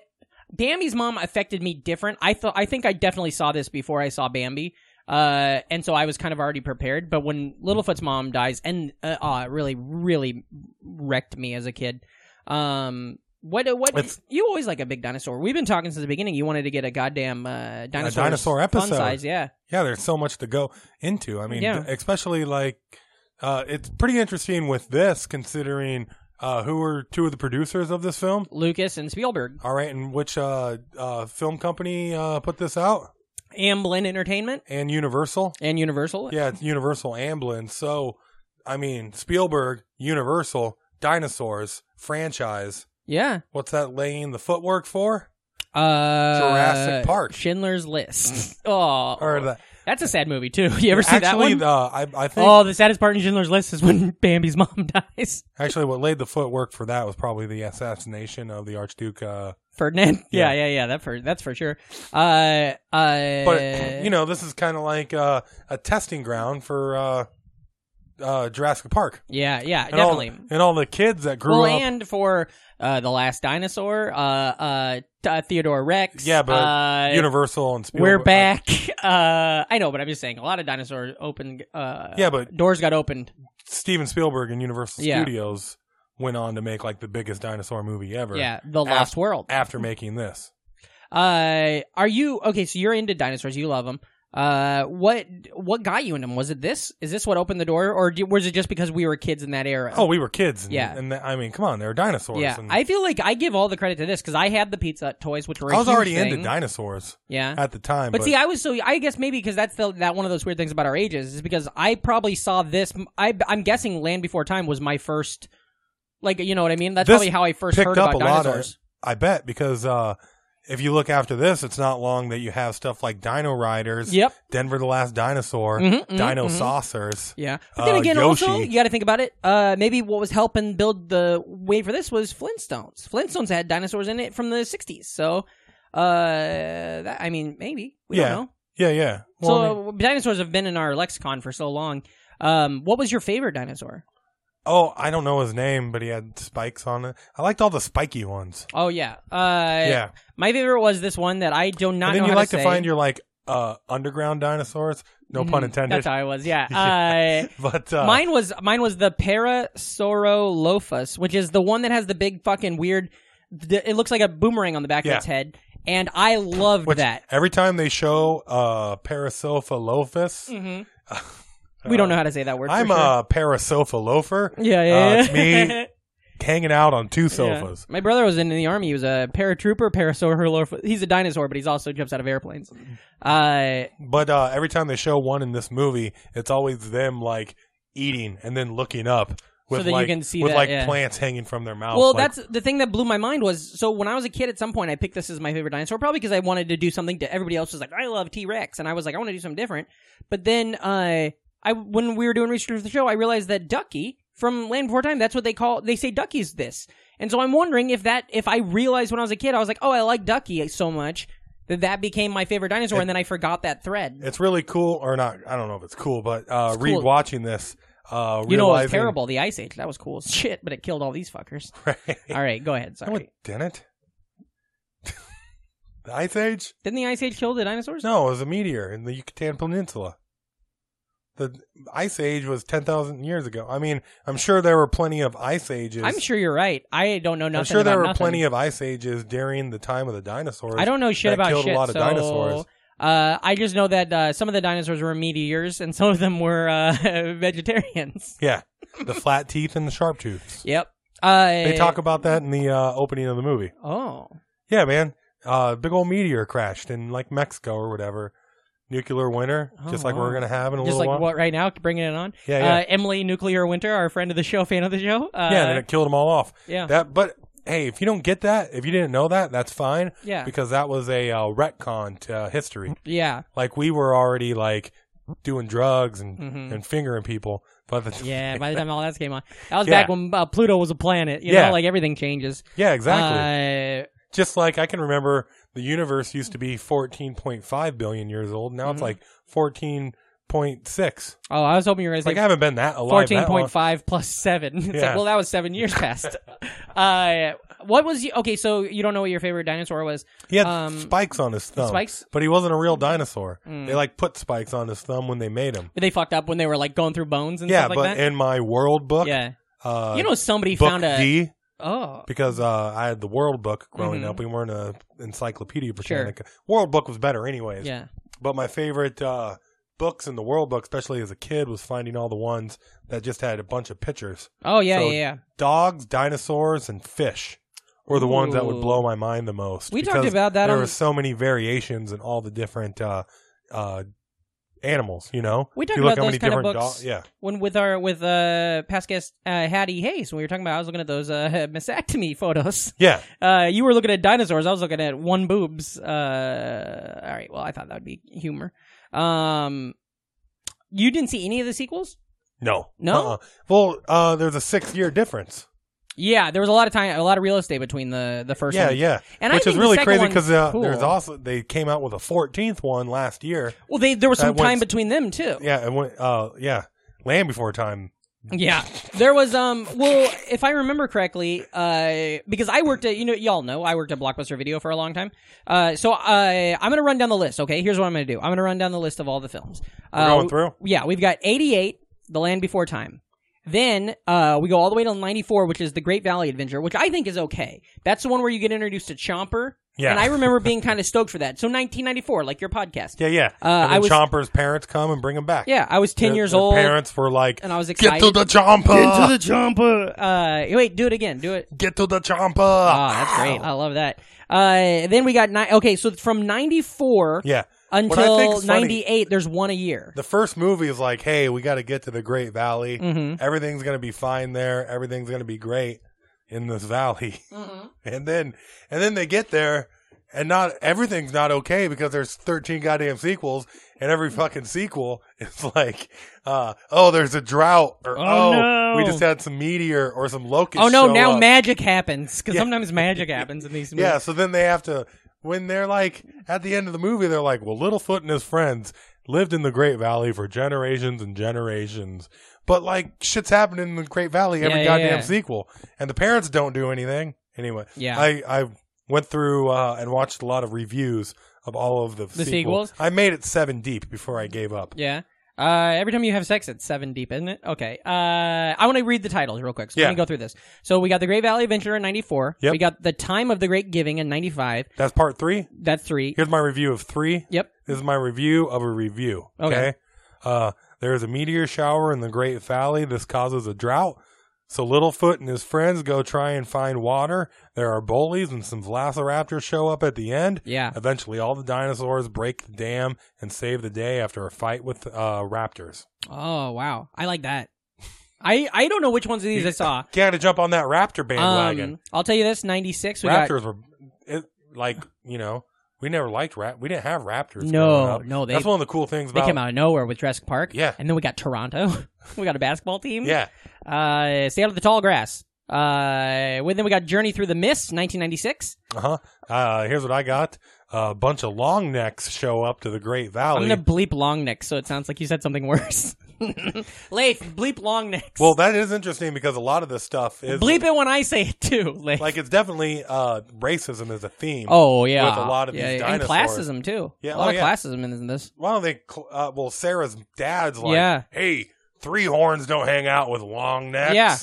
[SPEAKER 1] Bambi's mom affected me different. I thought I think I definitely saw this before I saw Bambi. Uh, and so I was kind of already prepared. But when Littlefoot's mom dies, and uh, oh, it really, really wrecked me as a kid. Um, what, what?
[SPEAKER 2] It's-
[SPEAKER 1] you always like a big dinosaur. We've been talking since the beginning. You wanted to get a goddamn uh, dinosaur,
[SPEAKER 2] dinosaur
[SPEAKER 1] fun
[SPEAKER 2] episode.
[SPEAKER 1] size, yeah.
[SPEAKER 2] Yeah, there's so much to go into. I mean,
[SPEAKER 1] Yeah.
[SPEAKER 2] especially like uh, it's pretty interesting with this, considering uh, who were two of the producers of this film.
[SPEAKER 1] Lucas and Spielberg,
[SPEAKER 2] All right, and which uh, uh, film company uh, put this out?
[SPEAKER 1] Amblin Entertainment,
[SPEAKER 2] And Universal.
[SPEAKER 1] and Universal.
[SPEAKER 2] Yeah, it's Universal Amblin. So, I mean, Spielberg, Universal, dinosaurs franchise.
[SPEAKER 1] yeah.
[SPEAKER 2] What's that laying the footwork for?
[SPEAKER 1] Uh,
[SPEAKER 2] Jurassic Park. Mm.
[SPEAKER 1] Schindler's List. oh,
[SPEAKER 2] Or the,
[SPEAKER 1] that's a sad movie too. You ever see that
[SPEAKER 2] actually,
[SPEAKER 1] one?
[SPEAKER 2] the, I, I think
[SPEAKER 1] oh, the saddest part in Schindler's List is when Bambi's mom dies.
[SPEAKER 2] actually what laid the footwork for that was probably the assassination of the Archduke. Uh,
[SPEAKER 1] Ferdinand. Yeah, yeah,
[SPEAKER 2] Yeah.
[SPEAKER 1] yeah. that for that's for sure. Uh, uh,
[SPEAKER 2] but you know, this is kind of like uh, a testing ground for uh, uh, Jurassic Park.
[SPEAKER 1] yeah, yeah,
[SPEAKER 2] And all,
[SPEAKER 1] definitely.
[SPEAKER 2] and all the kids that grew
[SPEAKER 1] Well,
[SPEAKER 2] up.
[SPEAKER 1] and for uh, the Last Dinosaur, uh, uh, Th- Theodore Rex.
[SPEAKER 2] Yeah, but
[SPEAKER 1] uh,
[SPEAKER 2] Universal and Spielberg. uh,
[SPEAKER 1] we're back. Uh, I know, but I'm just saying, a lot of dinosaurs opened. Uh,
[SPEAKER 2] Yeah, but-
[SPEAKER 1] doors got opened.
[SPEAKER 2] Steven Spielberg and Universal
[SPEAKER 1] Yeah.
[SPEAKER 2] Studios went on to make like the biggest dinosaur movie ever.
[SPEAKER 1] Yeah, the
[SPEAKER 2] Af-
[SPEAKER 1] Lost World.
[SPEAKER 2] After making this,
[SPEAKER 1] Uh, are you okay? So you're into dinosaurs. You love them. Uh, what what got you into them? Was it this? Is this what opened the door, or do, was it just because we were kids in that era?
[SPEAKER 2] oh, we were kids. And,
[SPEAKER 1] Yeah.
[SPEAKER 2] and th- I mean, come on, there are dinosaurs.
[SPEAKER 1] yeah.
[SPEAKER 2] and
[SPEAKER 1] I feel like I give all the credit to this because I had the Pizza Hut toys, which were a
[SPEAKER 2] I was
[SPEAKER 1] huge
[SPEAKER 2] already
[SPEAKER 1] thing.
[SPEAKER 2] into dinosaurs
[SPEAKER 1] Yeah.
[SPEAKER 2] at the time.
[SPEAKER 1] But see, I was so I guess maybe because that's the that one of those weird things about our ages is because I probably saw this. I I'm guessing Land Before Time was my first, like you know what I mean. That's
[SPEAKER 2] This
[SPEAKER 1] probably how I first
[SPEAKER 2] picked
[SPEAKER 1] heard
[SPEAKER 2] up
[SPEAKER 1] about
[SPEAKER 2] a lot of-
[SPEAKER 1] dinosaurs.
[SPEAKER 2] I bet because uh, if you look after this, it's not long that you have stuff like Dino Riders,
[SPEAKER 1] Yep.
[SPEAKER 2] Denver the Last Dinosaur,
[SPEAKER 1] Mhm, mhm,
[SPEAKER 2] Dino
[SPEAKER 1] mhm.
[SPEAKER 2] Saucers.
[SPEAKER 1] Yeah. But then
[SPEAKER 2] Uh,
[SPEAKER 1] again, also
[SPEAKER 2] Yoshi.
[SPEAKER 1] you got to think about it. Uh, maybe what was helping build the way for this was Flintstones. Flintstones had dinosaurs in it from the '60s, so uh, that I mean, maybe we
[SPEAKER 2] Yeah.
[SPEAKER 1] don't know.
[SPEAKER 2] Yeah, yeah. Well, I mean-
[SPEAKER 1] so dinosaurs have been in our lexicon for so long. Um, what was your favorite dinosaur?
[SPEAKER 2] oh, I don't know his name, but he had spikes on it. I liked all the spiky ones.
[SPEAKER 1] Oh yeah, uh,
[SPEAKER 2] yeah.
[SPEAKER 1] My favorite was this one that I do not
[SPEAKER 2] and then
[SPEAKER 1] know
[SPEAKER 2] you
[SPEAKER 1] how
[SPEAKER 2] like
[SPEAKER 1] to,
[SPEAKER 2] to,
[SPEAKER 1] say.
[SPEAKER 2] find your like uh, underground dinosaurs. No pun
[SPEAKER 1] Mhm,
[SPEAKER 2] intended.
[SPEAKER 1] That's how I was. Yeah.
[SPEAKER 2] Yeah.
[SPEAKER 1] Uh,
[SPEAKER 2] but uh,
[SPEAKER 1] mine was mine was the Parasaurolophus, which is the one that has the big fucking weird. The, it looks like a boomerang on the back
[SPEAKER 2] Yeah.
[SPEAKER 1] of its head, and I loved
[SPEAKER 2] which
[SPEAKER 1] that.
[SPEAKER 2] every time they show uh, Parasophalophus,
[SPEAKER 1] hmm we don't know how to say that word. for
[SPEAKER 2] I'm
[SPEAKER 1] sure.
[SPEAKER 2] a Parasophalofer
[SPEAKER 1] yeah, yeah,
[SPEAKER 2] uh,
[SPEAKER 1] yeah.
[SPEAKER 2] it's me hanging out on two
[SPEAKER 1] Yeah.
[SPEAKER 2] sofas.
[SPEAKER 1] My brother was in the army. He was a paratrooper, parasaurolophus. He's a dinosaur, but he's also jumps out of airplanes.
[SPEAKER 2] Mm-hmm.
[SPEAKER 1] Uh,
[SPEAKER 2] But uh, every time they show one in this movie, it's always them like eating and then looking up with
[SPEAKER 1] that you
[SPEAKER 2] like
[SPEAKER 1] can see
[SPEAKER 2] with
[SPEAKER 1] that,
[SPEAKER 2] like
[SPEAKER 1] yeah.
[SPEAKER 2] plants hanging from their mouth.
[SPEAKER 1] Well,
[SPEAKER 2] like-
[SPEAKER 1] that's the thing that blew my mind was so when I was a kid, at some point, I picked this as my favorite dinosaur, probably because I wanted to do something to everybody else was like, I love T Rex, and I was like, I want to do something different. But then, uh, I when we were doing research for the show, I realized that Ducky from Land Before Time, that's what they call they say Ducky's this, and so I'm wondering if that if I realized when I was a kid, I was like, oh, I like Ducky so much that that became my favorite dinosaur, and then I forgot that thread.
[SPEAKER 2] it's really cool, or not? I don't know if it's cool, but uh,
[SPEAKER 1] It's
[SPEAKER 2] re
[SPEAKER 1] cool.
[SPEAKER 2] watching this, uh,
[SPEAKER 1] You know, it was
[SPEAKER 2] realizing-
[SPEAKER 1] terrible. The Ice Age that was cool as shit, but it killed all these fuckers. All right, go ahead.
[SPEAKER 2] No, it
[SPEAKER 1] Sorry.
[SPEAKER 2] didn't. the Ice Age?
[SPEAKER 1] Didn't the Ice Age kill the dinosaurs?
[SPEAKER 2] No, it was a meteor in the Yucatan Peninsula. The Ice Age was 10,000 years ago. I mean, I'm sure there were plenty of Ice Ages.
[SPEAKER 1] I'm sure you're right. I don't know nothing.
[SPEAKER 2] I'm sure there
[SPEAKER 1] about
[SPEAKER 2] were
[SPEAKER 1] nothing.
[SPEAKER 2] plenty of Ice Ages during the time of the dinosaurs.
[SPEAKER 1] I don't know shit
[SPEAKER 2] that
[SPEAKER 1] about
[SPEAKER 2] killed a
[SPEAKER 1] shit.
[SPEAKER 2] lot of
[SPEAKER 1] so,
[SPEAKER 2] dinosaurs.
[SPEAKER 1] Uh, I just know that uh, some of the dinosaurs were meteors and some of them were uh, vegetarians.
[SPEAKER 2] Yeah. The flat teeth and the sharp tooths.
[SPEAKER 1] Yep. Uh,
[SPEAKER 2] They talk about that in the uh, opening of the movie.
[SPEAKER 1] Oh,
[SPEAKER 2] Yeah, man. Uh, big old meteor crashed in like Mexico or whatever.
[SPEAKER 3] nuclear winter, just like
[SPEAKER 1] Oh, wow.
[SPEAKER 3] we're gonna have in a
[SPEAKER 1] Just
[SPEAKER 3] little
[SPEAKER 1] like
[SPEAKER 3] while.
[SPEAKER 1] what right now, bringing it on.
[SPEAKER 3] Yeah, yeah.
[SPEAKER 1] Uh, Emily Nuclear Winter, our friend of the show, fan of the show. Uh,
[SPEAKER 3] yeah, and then it killed them all off.
[SPEAKER 1] yeah.
[SPEAKER 3] That, but hey, if you don't get that, if you didn't know that, that's fine.
[SPEAKER 1] Yeah.
[SPEAKER 3] because that was a uh, retcon to uh, history.
[SPEAKER 1] yeah,
[SPEAKER 3] Like we were already like doing drugs and
[SPEAKER 1] Mhm.
[SPEAKER 3] and fingering people, but the
[SPEAKER 1] yeah. By the time all that came on, that was
[SPEAKER 3] Yeah.
[SPEAKER 1] back when uh, Pluto was a planet. You
[SPEAKER 3] Yeah.
[SPEAKER 1] know, like everything changes.
[SPEAKER 3] yeah, exactly.
[SPEAKER 1] Uh,
[SPEAKER 3] Just like I can remember, the universe used to be fourteen point five billion years old. Now it's
[SPEAKER 1] Mhm.
[SPEAKER 3] like fourteen point six.
[SPEAKER 1] oh, I was hoping you were going to
[SPEAKER 3] Like I
[SPEAKER 1] say
[SPEAKER 3] haven't been that alive.
[SPEAKER 1] fourteen
[SPEAKER 3] that long.
[SPEAKER 1] point five plus seven. It's
[SPEAKER 3] Yeah.
[SPEAKER 1] like, well, that was seven years past. uh, what was you? Okay, so you don't know what your favorite dinosaur was?
[SPEAKER 3] He had
[SPEAKER 1] um,
[SPEAKER 3] spikes on his thumb.
[SPEAKER 1] spikes?
[SPEAKER 3] but he wasn't a real dinosaur.
[SPEAKER 1] Mm.
[SPEAKER 3] They like put spikes on his thumb when they made him.
[SPEAKER 1] They fucked up when they were like going through bones and
[SPEAKER 3] yeah,
[SPEAKER 1] stuff like
[SPEAKER 3] but
[SPEAKER 1] that.
[SPEAKER 3] in my world book,
[SPEAKER 1] yeah,
[SPEAKER 3] uh,
[SPEAKER 1] you know, somebody
[SPEAKER 3] book
[SPEAKER 1] found a
[SPEAKER 3] D,
[SPEAKER 1] oh
[SPEAKER 3] because uh, I had the World Book growing
[SPEAKER 1] Mhm.
[SPEAKER 3] up. We weren't a Encyclopedia Britannica. World Book was better, anyways.
[SPEAKER 1] yeah.
[SPEAKER 3] But my favorite uh, books in the World Book, especially as a kid, was finding all the ones that just had a bunch of pictures.
[SPEAKER 1] Oh yeah,
[SPEAKER 3] So-
[SPEAKER 1] yeah, yeah.
[SPEAKER 3] Dogs, dinosaurs, and fish were the ones that would
[SPEAKER 1] Ooh.
[SPEAKER 3] blow my mind the most.
[SPEAKER 1] We talked
[SPEAKER 3] because
[SPEAKER 1] about that
[SPEAKER 3] There
[SPEAKER 1] on-
[SPEAKER 3] were so many variations in all the different uh, uh, animals. You know,
[SPEAKER 1] We
[SPEAKER 3] If
[SPEAKER 1] talked
[SPEAKER 3] you look
[SPEAKER 1] about
[SPEAKER 3] how
[SPEAKER 1] those
[SPEAKER 3] many
[SPEAKER 1] kind of
[SPEAKER 3] different
[SPEAKER 1] books.
[SPEAKER 3] do- yeah,
[SPEAKER 1] When with our with uh past guest uh, Hattie Hayes, when we were talking about, I was looking at those uh mastectomy photos.
[SPEAKER 3] yeah.
[SPEAKER 1] Uh, you were looking at dinosaurs. I was looking at one boobs. Uh, all right. Well, I thought that would be humor. Um, you didn't see any of the sequels.
[SPEAKER 3] No,
[SPEAKER 1] No?
[SPEAKER 3] Uh-uh. Well, uh, there's a six year difference.
[SPEAKER 1] Yeah, there was a lot of time, a lot of real estate between the the first.
[SPEAKER 3] yeah,
[SPEAKER 1] one.
[SPEAKER 3] yeah.
[SPEAKER 1] And I
[SPEAKER 3] Which
[SPEAKER 1] think
[SPEAKER 3] is
[SPEAKER 1] the
[SPEAKER 3] really
[SPEAKER 1] second
[SPEAKER 3] crazy
[SPEAKER 1] one's
[SPEAKER 3] because uh,
[SPEAKER 1] cool.
[SPEAKER 3] there's also they came out with a 14th one last year.
[SPEAKER 1] Well, they there was some
[SPEAKER 3] That went-
[SPEAKER 1] time between them too.
[SPEAKER 3] Yeah, it went, uh, yeah, Land Before Time.
[SPEAKER 1] Yeah, there was um. Well, if I remember correctly, uh, because I worked at you know y'all know I worked at Blockbuster Video for a long time. Uh, so uh, I'm gonna run down the list. Okay, here's what I'm gonna do. I'm gonna run down the list of all the films.
[SPEAKER 3] We're
[SPEAKER 1] Uh,
[SPEAKER 3] going through.
[SPEAKER 1] yeah, we've got 88, The Land Before Time. Then uh, we go all the way to 94, which is The Great Valley Adventure, which I think is okay. That's the one where you get introduced to Chomper.
[SPEAKER 3] Yeah.
[SPEAKER 1] And I remember being kind of stoked for that. So 1994, like your podcast.
[SPEAKER 3] Yeah, yeah. and
[SPEAKER 1] Uh, I
[SPEAKER 3] then
[SPEAKER 1] was-
[SPEAKER 3] Chomper's parents come and bring him back.
[SPEAKER 1] Yeah, I was 10
[SPEAKER 3] Their-
[SPEAKER 1] years
[SPEAKER 3] their
[SPEAKER 1] old,
[SPEAKER 3] Parents were like,
[SPEAKER 1] and I was
[SPEAKER 3] "Get
[SPEAKER 1] excited.
[SPEAKER 3] to the Chomper!
[SPEAKER 1] uh, wait, do it again. Do it.
[SPEAKER 3] Get to the Chomper!"
[SPEAKER 1] Ah, that's great. I love that. Uh, then we got nine. Okay, so from ninety four
[SPEAKER 3] Yeah, What I
[SPEAKER 1] until
[SPEAKER 3] think's funny-
[SPEAKER 1] ninety eight, there's one a year.
[SPEAKER 3] the first movie is like, "Hey, we got to get to the Great Valley.
[SPEAKER 1] Mhm.
[SPEAKER 3] Everything's gonna be fine there. Everything's gonna be great in this valley." and then and then they get there and not everything's not okay because there's 13 goddamn sequels and every fucking sequel is like uh oh there's a drought or oh,
[SPEAKER 1] no.
[SPEAKER 3] we just had some meteor or some locust
[SPEAKER 1] Oh no!
[SPEAKER 3] show
[SPEAKER 1] Now
[SPEAKER 3] up.
[SPEAKER 1] magic happens because
[SPEAKER 3] Yeah.
[SPEAKER 1] sometimes magic happens in these movies.
[SPEAKER 3] yeah so then they have to when they're like at the end of the movie they're like well littlefoot and his friends lived in the great valley for generations and generations but like shit's happening in the great valley every
[SPEAKER 1] Yeah, yeah,
[SPEAKER 3] goddamn
[SPEAKER 1] yeah.
[SPEAKER 3] sequel and the parents don't do anything anyway
[SPEAKER 1] Yeah.
[SPEAKER 3] I, I went through uh, and watched a lot of reviews of all of the,
[SPEAKER 1] The sequels?
[SPEAKER 3] I made it seven deep before I gave up.
[SPEAKER 1] Yeah. Uh, every time you have sex, it's seven deep, isn't it? Okay. Uh, I want to read the titles real quick. So
[SPEAKER 3] Yeah.
[SPEAKER 1] let me go through this. So we got the Great Valley Adventure in '94.
[SPEAKER 3] Yep.
[SPEAKER 1] We got the Time of the Great Giving in '95.
[SPEAKER 3] That's part three.
[SPEAKER 1] That's three.
[SPEAKER 3] Here's my review of three.
[SPEAKER 1] Yep.
[SPEAKER 3] This is my review of a review.
[SPEAKER 1] Okay.
[SPEAKER 3] Uh, there is a meteor shower in the Great Valley. This causes a drought. So Littlefoot and his friends go try and find water. There are bullies and some velociraptors show up at the end.
[SPEAKER 1] Yeah.
[SPEAKER 3] Eventually, all the dinosaurs break the dam and save the day after a fight with uh, raptors.
[SPEAKER 1] Oh wow! I like that. I I don't know which ones of these I saw.
[SPEAKER 3] You got to jump on that raptor bandwagon.
[SPEAKER 1] Um, I'll tell you this: '96. We got
[SPEAKER 3] raptors were it, like you know we never liked rap. We didn't have raptors.
[SPEAKER 1] No,
[SPEAKER 3] growing up.
[SPEAKER 1] no, they-
[SPEAKER 3] that's one of the cool things
[SPEAKER 1] They
[SPEAKER 3] about.
[SPEAKER 1] came out of nowhere with Jurassic Park.
[SPEAKER 3] Yeah.
[SPEAKER 1] And then we got Toronto. we got a basketball team.
[SPEAKER 3] Yeah,
[SPEAKER 1] Uh, Stay Out of the Tall Grass. Uh, well, then we got Journey Through the Mist, 1996.
[SPEAKER 3] uh-huh. uh Here's what I got: a bunch of long necks show up to the Great
[SPEAKER 1] I'm
[SPEAKER 3] Valley.
[SPEAKER 1] going to bleep long neck so it sounds like you said something worse. Leif, bleep long necks.
[SPEAKER 3] Well, that is interesting because a lot of this stuff is
[SPEAKER 1] bleep it when I say it too, Leif.
[SPEAKER 3] like it's definitely uh racism is a theme.
[SPEAKER 1] oh, yeah.
[SPEAKER 3] with a lot of
[SPEAKER 1] yeah,
[SPEAKER 3] these
[SPEAKER 1] yeah. And
[SPEAKER 3] dinosaurs.
[SPEAKER 1] classism, too.
[SPEAKER 3] Yeah,
[SPEAKER 1] A lot
[SPEAKER 3] oh,
[SPEAKER 1] of
[SPEAKER 3] yeah.
[SPEAKER 1] classism in this.
[SPEAKER 3] why don't they? cl- Uh, well, Sarah's dad's like,
[SPEAKER 1] Yeah.
[SPEAKER 3] hey, three horns don't hang out with long necks.
[SPEAKER 1] Yeah.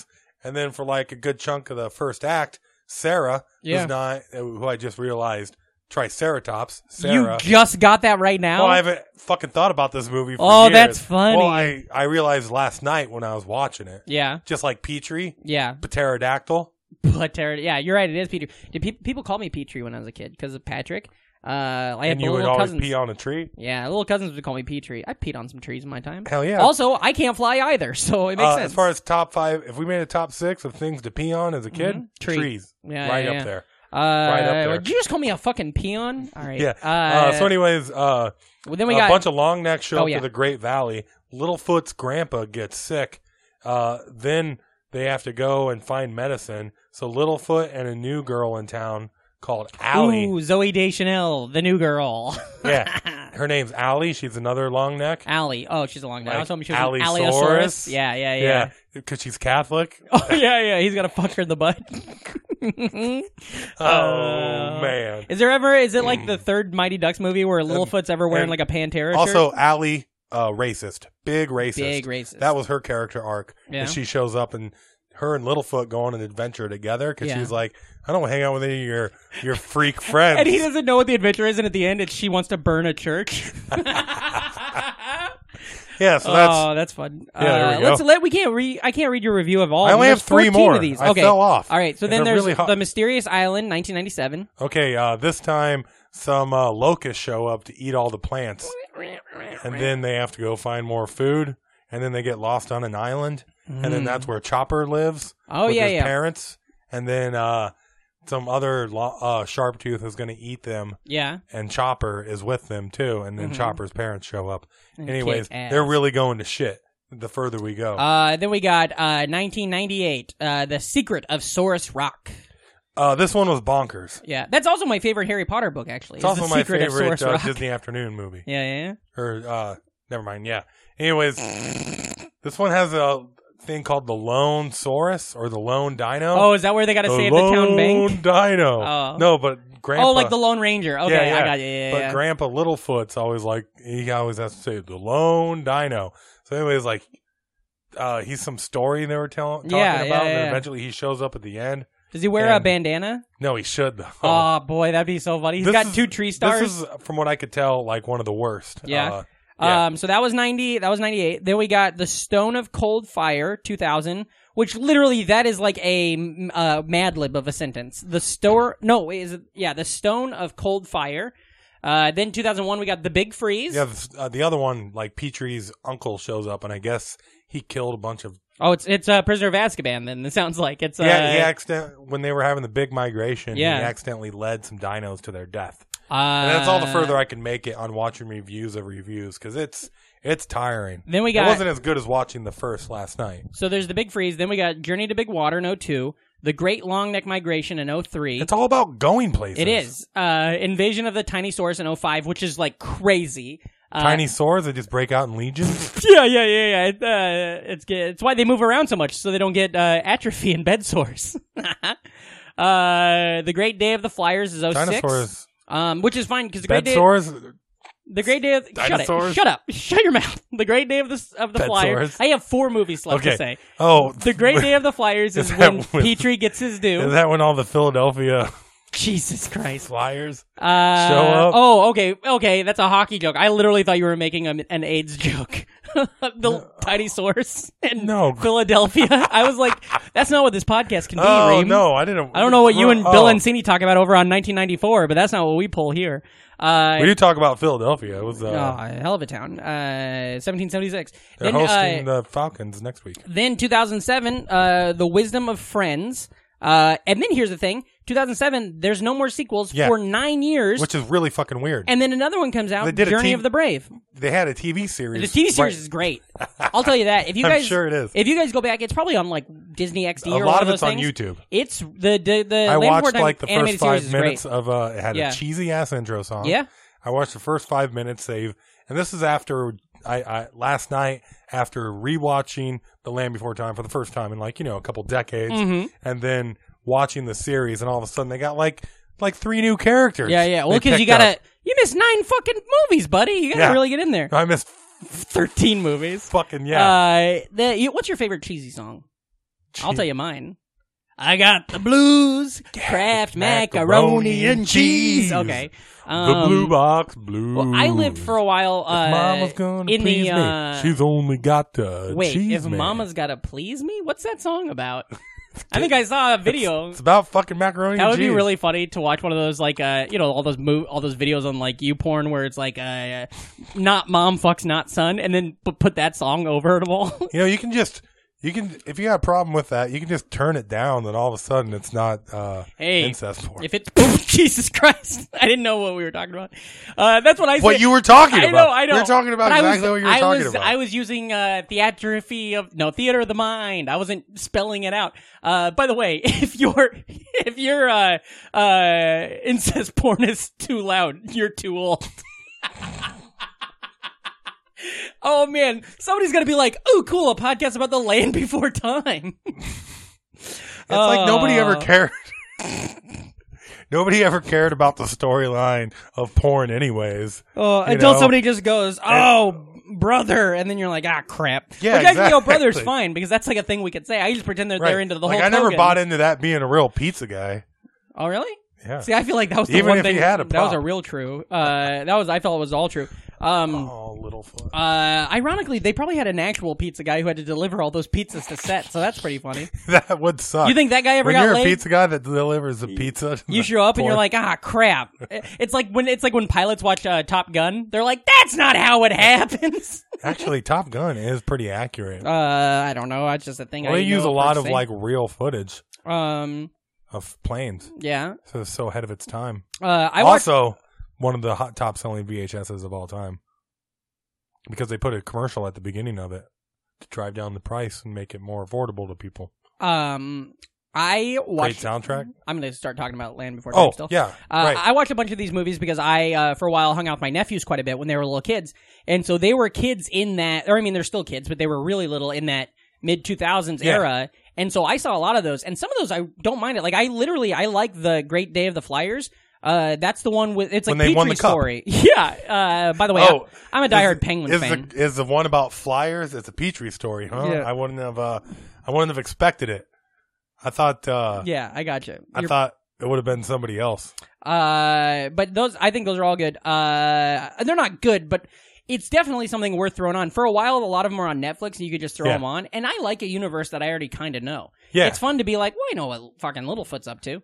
[SPEAKER 3] And then for like a good chunk of the first act, Sarah,
[SPEAKER 1] Yeah.
[SPEAKER 3] who's not, uh, who I just realized, Triceratops,
[SPEAKER 1] You
[SPEAKER 3] Sarah.
[SPEAKER 1] just got that right now?
[SPEAKER 3] well, I haven't fucking thought about this movie. For
[SPEAKER 1] Oh,
[SPEAKER 3] years.
[SPEAKER 1] that's funny.
[SPEAKER 3] Well, I, I realized last night when I was watching it,
[SPEAKER 1] yeah.
[SPEAKER 3] just like Petrie,
[SPEAKER 1] Yeah.
[SPEAKER 3] pterodactyl,
[SPEAKER 1] But Terra, yeah, you're right. It is Petrie. Did pe- people call me Petrie when I was a kid because of Patrick? Uh, I had
[SPEAKER 3] and you would
[SPEAKER 1] little
[SPEAKER 3] always
[SPEAKER 1] cousins.
[SPEAKER 3] pee on a tree.
[SPEAKER 1] yeah, little cousins would call me Petrie. I peed on some trees in my time.
[SPEAKER 3] Hell yeah.
[SPEAKER 1] Also, I can't fly either, so it makes
[SPEAKER 3] Uh,
[SPEAKER 1] sense.
[SPEAKER 3] As far as top five, if we made a top six of things to pee on as a kid,
[SPEAKER 1] Tree.
[SPEAKER 3] trees,
[SPEAKER 1] Mm-hmm. Yeah,
[SPEAKER 3] right
[SPEAKER 1] yeah,
[SPEAKER 3] up
[SPEAKER 1] yeah.
[SPEAKER 3] there.
[SPEAKER 1] uh,
[SPEAKER 3] up there.
[SPEAKER 1] Did you just call me a fucking peon? All right.
[SPEAKER 3] Yeah.
[SPEAKER 1] Uh,
[SPEAKER 3] Uh, so, anyways, uh,
[SPEAKER 1] well, then we
[SPEAKER 3] a
[SPEAKER 1] got
[SPEAKER 3] bunch of long necks show
[SPEAKER 1] Oh,
[SPEAKER 3] up
[SPEAKER 1] yeah.
[SPEAKER 3] to the Great Valley. Littlefoot's grandpa gets sick. Uh, then they have to go and find medicine. So Littlefoot and a new girl in town called Allie.
[SPEAKER 1] Ooh, Zoe Deschanel, the new girl.
[SPEAKER 3] Yeah, her name's Allie. She's another long neck.
[SPEAKER 1] Allie. Oh, she's a long name. I
[SPEAKER 3] Like
[SPEAKER 1] told me she was an
[SPEAKER 3] Allosaurus?
[SPEAKER 1] Allosaurus. Yeah, yeah, yeah.
[SPEAKER 3] Yeah, because she's Catholic.
[SPEAKER 1] Oh, yeah, yeah. He's gonna fuck her in the butt.
[SPEAKER 3] Oh
[SPEAKER 1] Uh,
[SPEAKER 3] man.
[SPEAKER 1] Is there ever? Is it like the third Mighty Ducks movie where Littlefoot's ever wearing
[SPEAKER 3] Mm. and
[SPEAKER 1] like a Pantera shirt?
[SPEAKER 3] Also, Allie, uh, racist, big racist,
[SPEAKER 1] big racist.
[SPEAKER 3] That was her character arc.
[SPEAKER 1] Yeah.
[SPEAKER 3] And she shows up and her and Littlefoot go on an adventure together because
[SPEAKER 1] Yeah.
[SPEAKER 3] she's like, I don't want to hang out with any of your your freak friends.
[SPEAKER 1] and he doesn't know what the adventure is, and at the end, it's she wants to burn a church.
[SPEAKER 3] yeah, so that's.
[SPEAKER 1] oh, that's fun.
[SPEAKER 3] Yeah, there we
[SPEAKER 1] Uh,
[SPEAKER 3] go.
[SPEAKER 1] let's let we can't read. I can't read your review of all.
[SPEAKER 3] I
[SPEAKER 1] of
[SPEAKER 3] only
[SPEAKER 1] them.
[SPEAKER 3] have
[SPEAKER 1] There's
[SPEAKER 3] three
[SPEAKER 1] 14
[SPEAKER 3] more.
[SPEAKER 1] Of these.
[SPEAKER 3] I
[SPEAKER 1] okay.
[SPEAKER 3] fell off.
[SPEAKER 1] All right. So
[SPEAKER 3] And
[SPEAKER 1] then
[SPEAKER 3] they're
[SPEAKER 1] there's
[SPEAKER 3] really hot.
[SPEAKER 1] the mysterious island, 1997.
[SPEAKER 3] Okay, uh, this time some uh, locusts show up to eat all the plants, and then they have to go find more food, and then they get lost on an island, and
[SPEAKER 1] Hmm.
[SPEAKER 3] then that's where Chopper lives.
[SPEAKER 1] Mm. Oh,
[SPEAKER 3] with
[SPEAKER 1] yeah,
[SPEAKER 3] his
[SPEAKER 1] yeah.
[SPEAKER 3] Parents, and then uh, some other lo- uh, sharptooth is going to eat them,
[SPEAKER 1] Yeah.
[SPEAKER 3] and Chopper is with them too, and then
[SPEAKER 1] Mhm.
[SPEAKER 3] Chopper's parents show up.
[SPEAKER 1] And
[SPEAKER 3] Anyways,
[SPEAKER 1] Mm, kick ass.
[SPEAKER 3] they're really going to shit the further we go. Uh,
[SPEAKER 1] Uh, then we got uh 1998, uh, the secret of Saurus Rock.
[SPEAKER 3] Uh, this one was bonkers.
[SPEAKER 1] Yeah, that's also my favorite Harry Potter book. Actually,
[SPEAKER 3] It's
[SPEAKER 1] is
[SPEAKER 3] also
[SPEAKER 1] the
[SPEAKER 3] my
[SPEAKER 1] secret of
[SPEAKER 3] favorite
[SPEAKER 1] Saurus
[SPEAKER 3] uh,
[SPEAKER 1] Rock.
[SPEAKER 3] Disney afternoon movie.
[SPEAKER 1] Yeah, yeah, yeah.
[SPEAKER 3] or uh never mind yeah anyways this one has a thing called the lone saurus or the lone dino
[SPEAKER 1] Oh, is that where they got to
[SPEAKER 3] the
[SPEAKER 1] save the town
[SPEAKER 3] lone
[SPEAKER 1] bank?
[SPEAKER 3] dino
[SPEAKER 1] Oh.
[SPEAKER 3] no but grandpa
[SPEAKER 1] Oh, like the Lone Ranger. Okay,
[SPEAKER 3] yeah, yeah.
[SPEAKER 1] I got you. Yeah, yeah,
[SPEAKER 3] but
[SPEAKER 1] yeah.
[SPEAKER 3] grandpa littlefoot's always like he always has to say the lone dino so anyways like uh he's some story they were tell- talking
[SPEAKER 1] Yeah, yeah,
[SPEAKER 3] about and then
[SPEAKER 1] yeah.
[SPEAKER 3] eventually he shows up at the end
[SPEAKER 1] Does he wear a
[SPEAKER 3] and-
[SPEAKER 1] bandana?
[SPEAKER 3] no he should though
[SPEAKER 1] Oh. boy, that'd be so funny. He's
[SPEAKER 3] This
[SPEAKER 1] got
[SPEAKER 3] is-
[SPEAKER 1] two tree stars.
[SPEAKER 3] this is from what i could tell like one of the worst
[SPEAKER 1] Yeah.
[SPEAKER 3] uh, yeah.
[SPEAKER 1] Um, so that was ninety. That was ninety eight. Then we got the Stone of Cold Fire, two thousand, which literally that is like a mm, uh, Mad Lib of a sentence. The store, no, wait, is it? Yeah, the Stone of Cold Fire. Uh, then two thousand one, we got the Big Freeze.
[SPEAKER 3] Yeah, the, uh, the other one, like Petrie's uncle shows up, and I guess he killed a bunch of.
[SPEAKER 1] Oh, it's it's uh, Prisoner of Azkaban. Then it sounds like it's uh,
[SPEAKER 3] yeah, he accident when they were having the big migration.
[SPEAKER 1] Yeah.
[SPEAKER 3] he accidentally led some dinos to their death.
[SPEAKER 1] uh,
[SPEAKER 3] And that's all the further I can make it on watching reviews of reviews because it's it's tiring.
[SPEAKER 1] Then we
[SPEAKER 3] it
[SPEAKER 1] got
[SPEAKER 3] wasn't as good as watching the first last night.
[SPEAKER 1] so there's the Big Freeze. Then we got Journey to Big Water in 02, the Great Long Neck Migration in 03.
[SPEAKER 3] It's all about going places.
[SPEAKER 1] It is. Uh, Invasion of the Tiny Saurus in 05, which is like crazy. Uh,
[SPEAKER 3] Tiny sores that just break out in legions.
[SPEAKER 1] Yeah, yeah, yeah, yeah. It, uh, it's good. It's why they move around so much so they don't get uh, atrophy and bed sores. uh, the Great Day of the Flyers is 06.
[SPEAKER 3] Dinosaurs,
[SPEAKER 1] Um, which is fine because oh, the Great
[SPEAKER 3] bed
[SPEAKER 1] Day,
[SPEAKER 3] sores.
[SPEAKER 1] the Great Day of
[SPEAKER 3] Dinosaurs?
[SPEAKER 1] shut it, shut up, shut your mouth. The Great Day of the of the
[SPEAKER 3] Bed
[SPEAKER 1] Flyers.
[SPEAKER 3] sores.
[SPEAKER 1] I have four movies left to
[SPEAKER 3] Okay.
[SPEAKER 1] say.
[SPEAKER 3] Oh,
[SPEAKER 1] The Great Day of the Flyers
[SPEAKER 3] Is
[SPEAKER 1] is,
[SPEAKER 3] that
[SPEAKER 1] when
[SPEAKER 3] when-
[SPEAKER 1] Petrie gets his
[SPEAKER 3] Is
[SPEAKER 1] due.
[SPEAKER 3] that when all the Philadelphia
[SPEAKER 1] Jesus Christ.
[SPEAKER 3] flyers?
[SPEAKER 1] Uh,
[SPEAKER 3] Show up.
[SPEAKER 1] Oh, okay, okay. That's a hockey joke. I literally thought you were making an, an AIDS joke. the tiny source and
[SPEAKER 3] No.
[SPEAKER 1] Philadelphia. I was like, that's not what this podcast can be.
[SPEAKER 3] Oh
[SPEAKER 1] Reem.
[SPEAKER 3] no, I didn't.
[SPEAKER 1] I don't know what you and
[SPEAKER 3] Oh.
[SPEAKER 1] Bill Encini talk about over on 1994, but that's not what we pull here. Uh,
[SPEAKER 3] We do talk about Philadelphia. It was uh,
[SPEAKER 1] oh, hell of a town. Uh, 1776.
[SPEAKER 3] they're
[SPEAKER 1] Then, uh,
[SPEAKER 3] hosting the Falcons next week.
[SPEAKER 1] Then 2007, uh, The Wisdom of Friends. Uh, and then here's the thing 2007, there's no more sequels
[SPEAKER 3] Yeah.
[SPEAKER 1] for nine years.
[SPEAKER 3] which is really fucking weird.
[SPEAKER 1] and then another one comes out,
[SPEAKER 3] They did a
[SPEAKER 1] Journey
[SPEAKER 3] TV
[SPEAKER 1] of the Brave.
[SPEAKER 3] they had a TV series.
[SPEAKER 1] The TV series
[SPEAKER 3] right-
[SPEAKER 1] is great. I'll tell you that. If you
[SPEAKER 3] I'm
[SPEAKER 1] guys,
[SPEAKER 3] sure it is.
[SPEAKER 1] If you guys go back, it's probably on like Disney XD.
[SPEAKER 3] A
[SPEAKER 1] or
[SPEAKER 3] lot
[SPEAKER 1] one
[SPEAKER 3] of it's
[SPEAKER 1] those
[SPEAKER 3] on
[SPEAKER 1] things.
[SPEAKER 3] YouTube.
[SPEAKER 1] It's the the the.
[SPEAKER 3] I
[SPEAKER 1] Land Before
[SPEAKER 3] watched
[SPEAKER 1] Time
[SPEAKER 3] like the first
[SPEAKER 1] animated series
[SPEAKER 3] five
[SPEAKER 1] is
[SPEAKER 3] minutes
[SPEAKER 1] Great.
[SPEAKER 3] of uh, it had
[SPEAKER 1] Yeah.
[SPEAKER 3] a cheesy ass intro song.
[SPEAKER 1] Yeah.
[SPEAKER 3] I watched the first five minutes save, and this is after I, I last night after rewatching The Land Before Time for the first time in like you know a couple decades,
[SPEAKER 1] Mm-hmm.
[SPEAKER 3] and then watching the series, and all of a sudden they got like like three new characters.
[SPEAKER 1] Yeah, yeah. Well,
[SPEAKER 3] they
[SPEAKER 1] because you
[SPEAKER 3] picked up.
[SPEAKER 1] gotta you missed nine fucking movies, buddy. You gotta
[SPEAKER 3] Yeah.
[SPEAKER 1] really get in there.
[SPEAKER 3] I missed
[SPEAKER 1] Thirteen movies.
[SPEAKER 3] fucking yeah.
[SPEAKER 1] Uh, the, you, what's your favorite cheesy song? I'll tell you mine. I got the blues, Kraft macaroni and cheese. Okay.
[SPEAKER 3] the
[SPEAKER 1] Um,
[SPEAKER 3] blue box blue.
[SPEAKER 1] Well, I lived for a while uh,
[SPEAKER 3] Hmm. If mama's gonna
[SPEAKER 1] in
[SPEAKER 3] please
[SPEAKER 1] the. Uh,
[SPEAKER 3] me. She's only got the
[SPEAKER 1] wait,
[SPEAKER 3] cheese
[SPEAKER 1] if
[SPEAKER 3] man.
[SPEAKER 1] mama's gotta please me, what's that song about? I think I saw a video.
[SPEAKER 3] It's about fucking macaroni.
[SPEAKER 1] That
[SPEAKER 3] and
[SPEAKER 1] would be
[SPEAKER 3] cheese.
[SPEAKER 1] really funny to watch one of those like uh you know all those move all those videos on like you porn where it's like uh, uh not mom fucks not son and then p- put that song over it all.
[SPEAKER 3] You know, you can just you can if you got a problem with that, you can just turn it down. Then all of a sudden, it's not uh,
[SPEAKER 1] Hey,
[SPEAKER 3] incest porn.
[SPEAKER 1] if it's Jesus Christ, I didn't know what we were talking about. Uh, that's what I
[SPEAKER 3] what
[SPEAKER 1] said.
[SPEAKER 3] you were talking
[SPEAKER 1] I
[SPEAKER 3] about.
[SPEAKER 1] know, I know.
[SPEAKER 3] We were talking about
[SPEAKER 1] But I was-
[SPEAKER 3] exactly what you were
[SPEAKER 1] I
[SPEAKER 3] talking
[SPEAKER 1] was,
[SPEAKER 3] about.
[SPEAKER 1] I was using uh, theatrophy of no theater of the mind. I wasn't spelling it out. Uh, by the way, if your if your uh, uh, incest porn is too loud, you're too old. oh man, somebody's gonna be like, "Oh, cool, a podcast about the land before time."
[SPEAKER 3] it's like nobody ever
[SPEAKER 1] Uh,
[SPEAKER 3] cared. nobody ever cared about the storyline of porn, anyways.
[SPEAKER 1] Oh,
[SPEAKER 3] You
[SPEAKER 1] until
[SPEAKER 3] know?
[SPEAKER 1] somebody just goes, "Oh, brother," and then you're like, "Ah, crap."
[SPEAKER 3] Yeah,
[SPEAKER 1] Which actually, oh, brother's
[SPEAKER 3] exactly.
[SPEAKER 1] fine because that's like a thing we could say. I just pretend that they're into the
[SPEAKER 3] like
[SPEAKER 1] whole.
[SPEAKER 3] I never bought into that being a real pizza guy.
[SPEAKER 1] Oh, really?
[SPEAKER 3] Yeah.
[SPEAKER 1] See, I feel like that was the
[SPEAKER 3] Even
[SPEAKER 1] one
[SPEAKER 3] if
[SPEAKER 1] thing
[SPEAKER 3] he had a
[SPEAKER 1] that was
[SPEAKER 3] prop.
[SPEAKER 1] a real true. Uh, that was I felt it was all true. Um,
[SPEAKER 3] oh, little foot.
[SPEAKER 1] uh, ironically, they probably had an actual pizza guy who had to deliver all those pizzas to set, so that's pretty funny.
[SPEAKER 3] that would suck.
[SPEAKER 1] You think that guy ever
[SPEAKER 3] when
[SPEAKER 1] got
[SPEAKER 3] you're
[SPEAKER 1] laid?
[SPEAKER 3] a pizza guy that delivers the pizza? to
[SPEAKER 1] You
[SPEAKER 3] the
[SPEAKER 1] show up and you're
[SPEAKER 3] porn-
[SPEAKER 1] like, ah, crap. It's like when it's like when pilots watch uh, Top Gun, they're like, that's not how it happens.
[SPEAKER 3] actually, Top Gun is pretty accurate.
[SPEAKER 1] Uh, I don't know. It's just a thing.
[SPEAKER 3] Well,
[SPEAKER 1] I
[SPEAKER 3] they use
[SPEAKER 1] know
[SPEAKER 3] a lot
[SPEAKER 1] per
[SPEAKER 3] of
[SPEAKER 1] se.
[SPEAKER 3] like real footage
[SPEAKER 1] Um.
[SPEAKER 3] of planes,
[SPEAKER 1] Yeah.
[SPEAKER 3] so it's so ahead of its time.
[SPEAKER 1] Uh. I watched.
[SPEAKER 3] also, one of the hot top selling VHSs of all time because they put a commercial at the beginning of it to drive down the price and make it more affordable to people.
[SPEAKER 1] Um. I watched.
[SPEAKER 3] Great soundtrack.
[SPEAKER 1] I'm gonna start talking about Land Before Time
[SPEAKER 3] Oh,
[SPEAKER 1] still.
[SPEAKER 3] yeah,
[SPEAKER 1] Uh,
[SPEAKER 3] right.
[SPEAKER 1] I watched a bunch of these movies because I, uh, for a while, hung out with my nephews quite a bit when they were little kids, and so they were kids in that, or I mean, they're still kids, but they were really little in that mid two thousands
[SPEAKER 3] Yeah.
[SPEAKER 1] era. And so I saw a lot of those, and some of those I don't mind it. Like I literally, I like the Great Day of the Flyers. Uh, that's the one with it's like
[SPEAKER 3] When they won
[SPEAKER 1] Petrie
[SPEAKER 3] the cup.
[SPEAKER 1] story. Yeah. Uh, by the way,
[SPEAKER 3] Oh,
[SPEAKER 1] I'm, I'm a diehard Penguin
[SPEAKER 3] is
[SPEAKER 1] fan.
[SPEAKER 3] The, is the one about flyers? It's a Petrie story, huh?
[SPEAKER 1] Yeah.
[SPEAKER 3] I wouldn't have. Uh, I wouldn't have expected it. I thought. Uh,
[SPEAKER 1] yeah, I got you.
[SPEAKER 3] I thought it would have been somebody else.
[SPEAKER 1] Uh, but those, I think those are all good. Uh, they're not good, but it's definitely something worth throwing on. For a while, a lot of them are on Netflix, and you could just throw
[SPEAKER 3] Yeah.
[SPEAKER 1] them on. And I like a universe that I already kind of know.
[SPEAKER 3] Yeah.
[SPEAKER 1] it's fun to be like, well, I know what fucking Littlefoot's up to.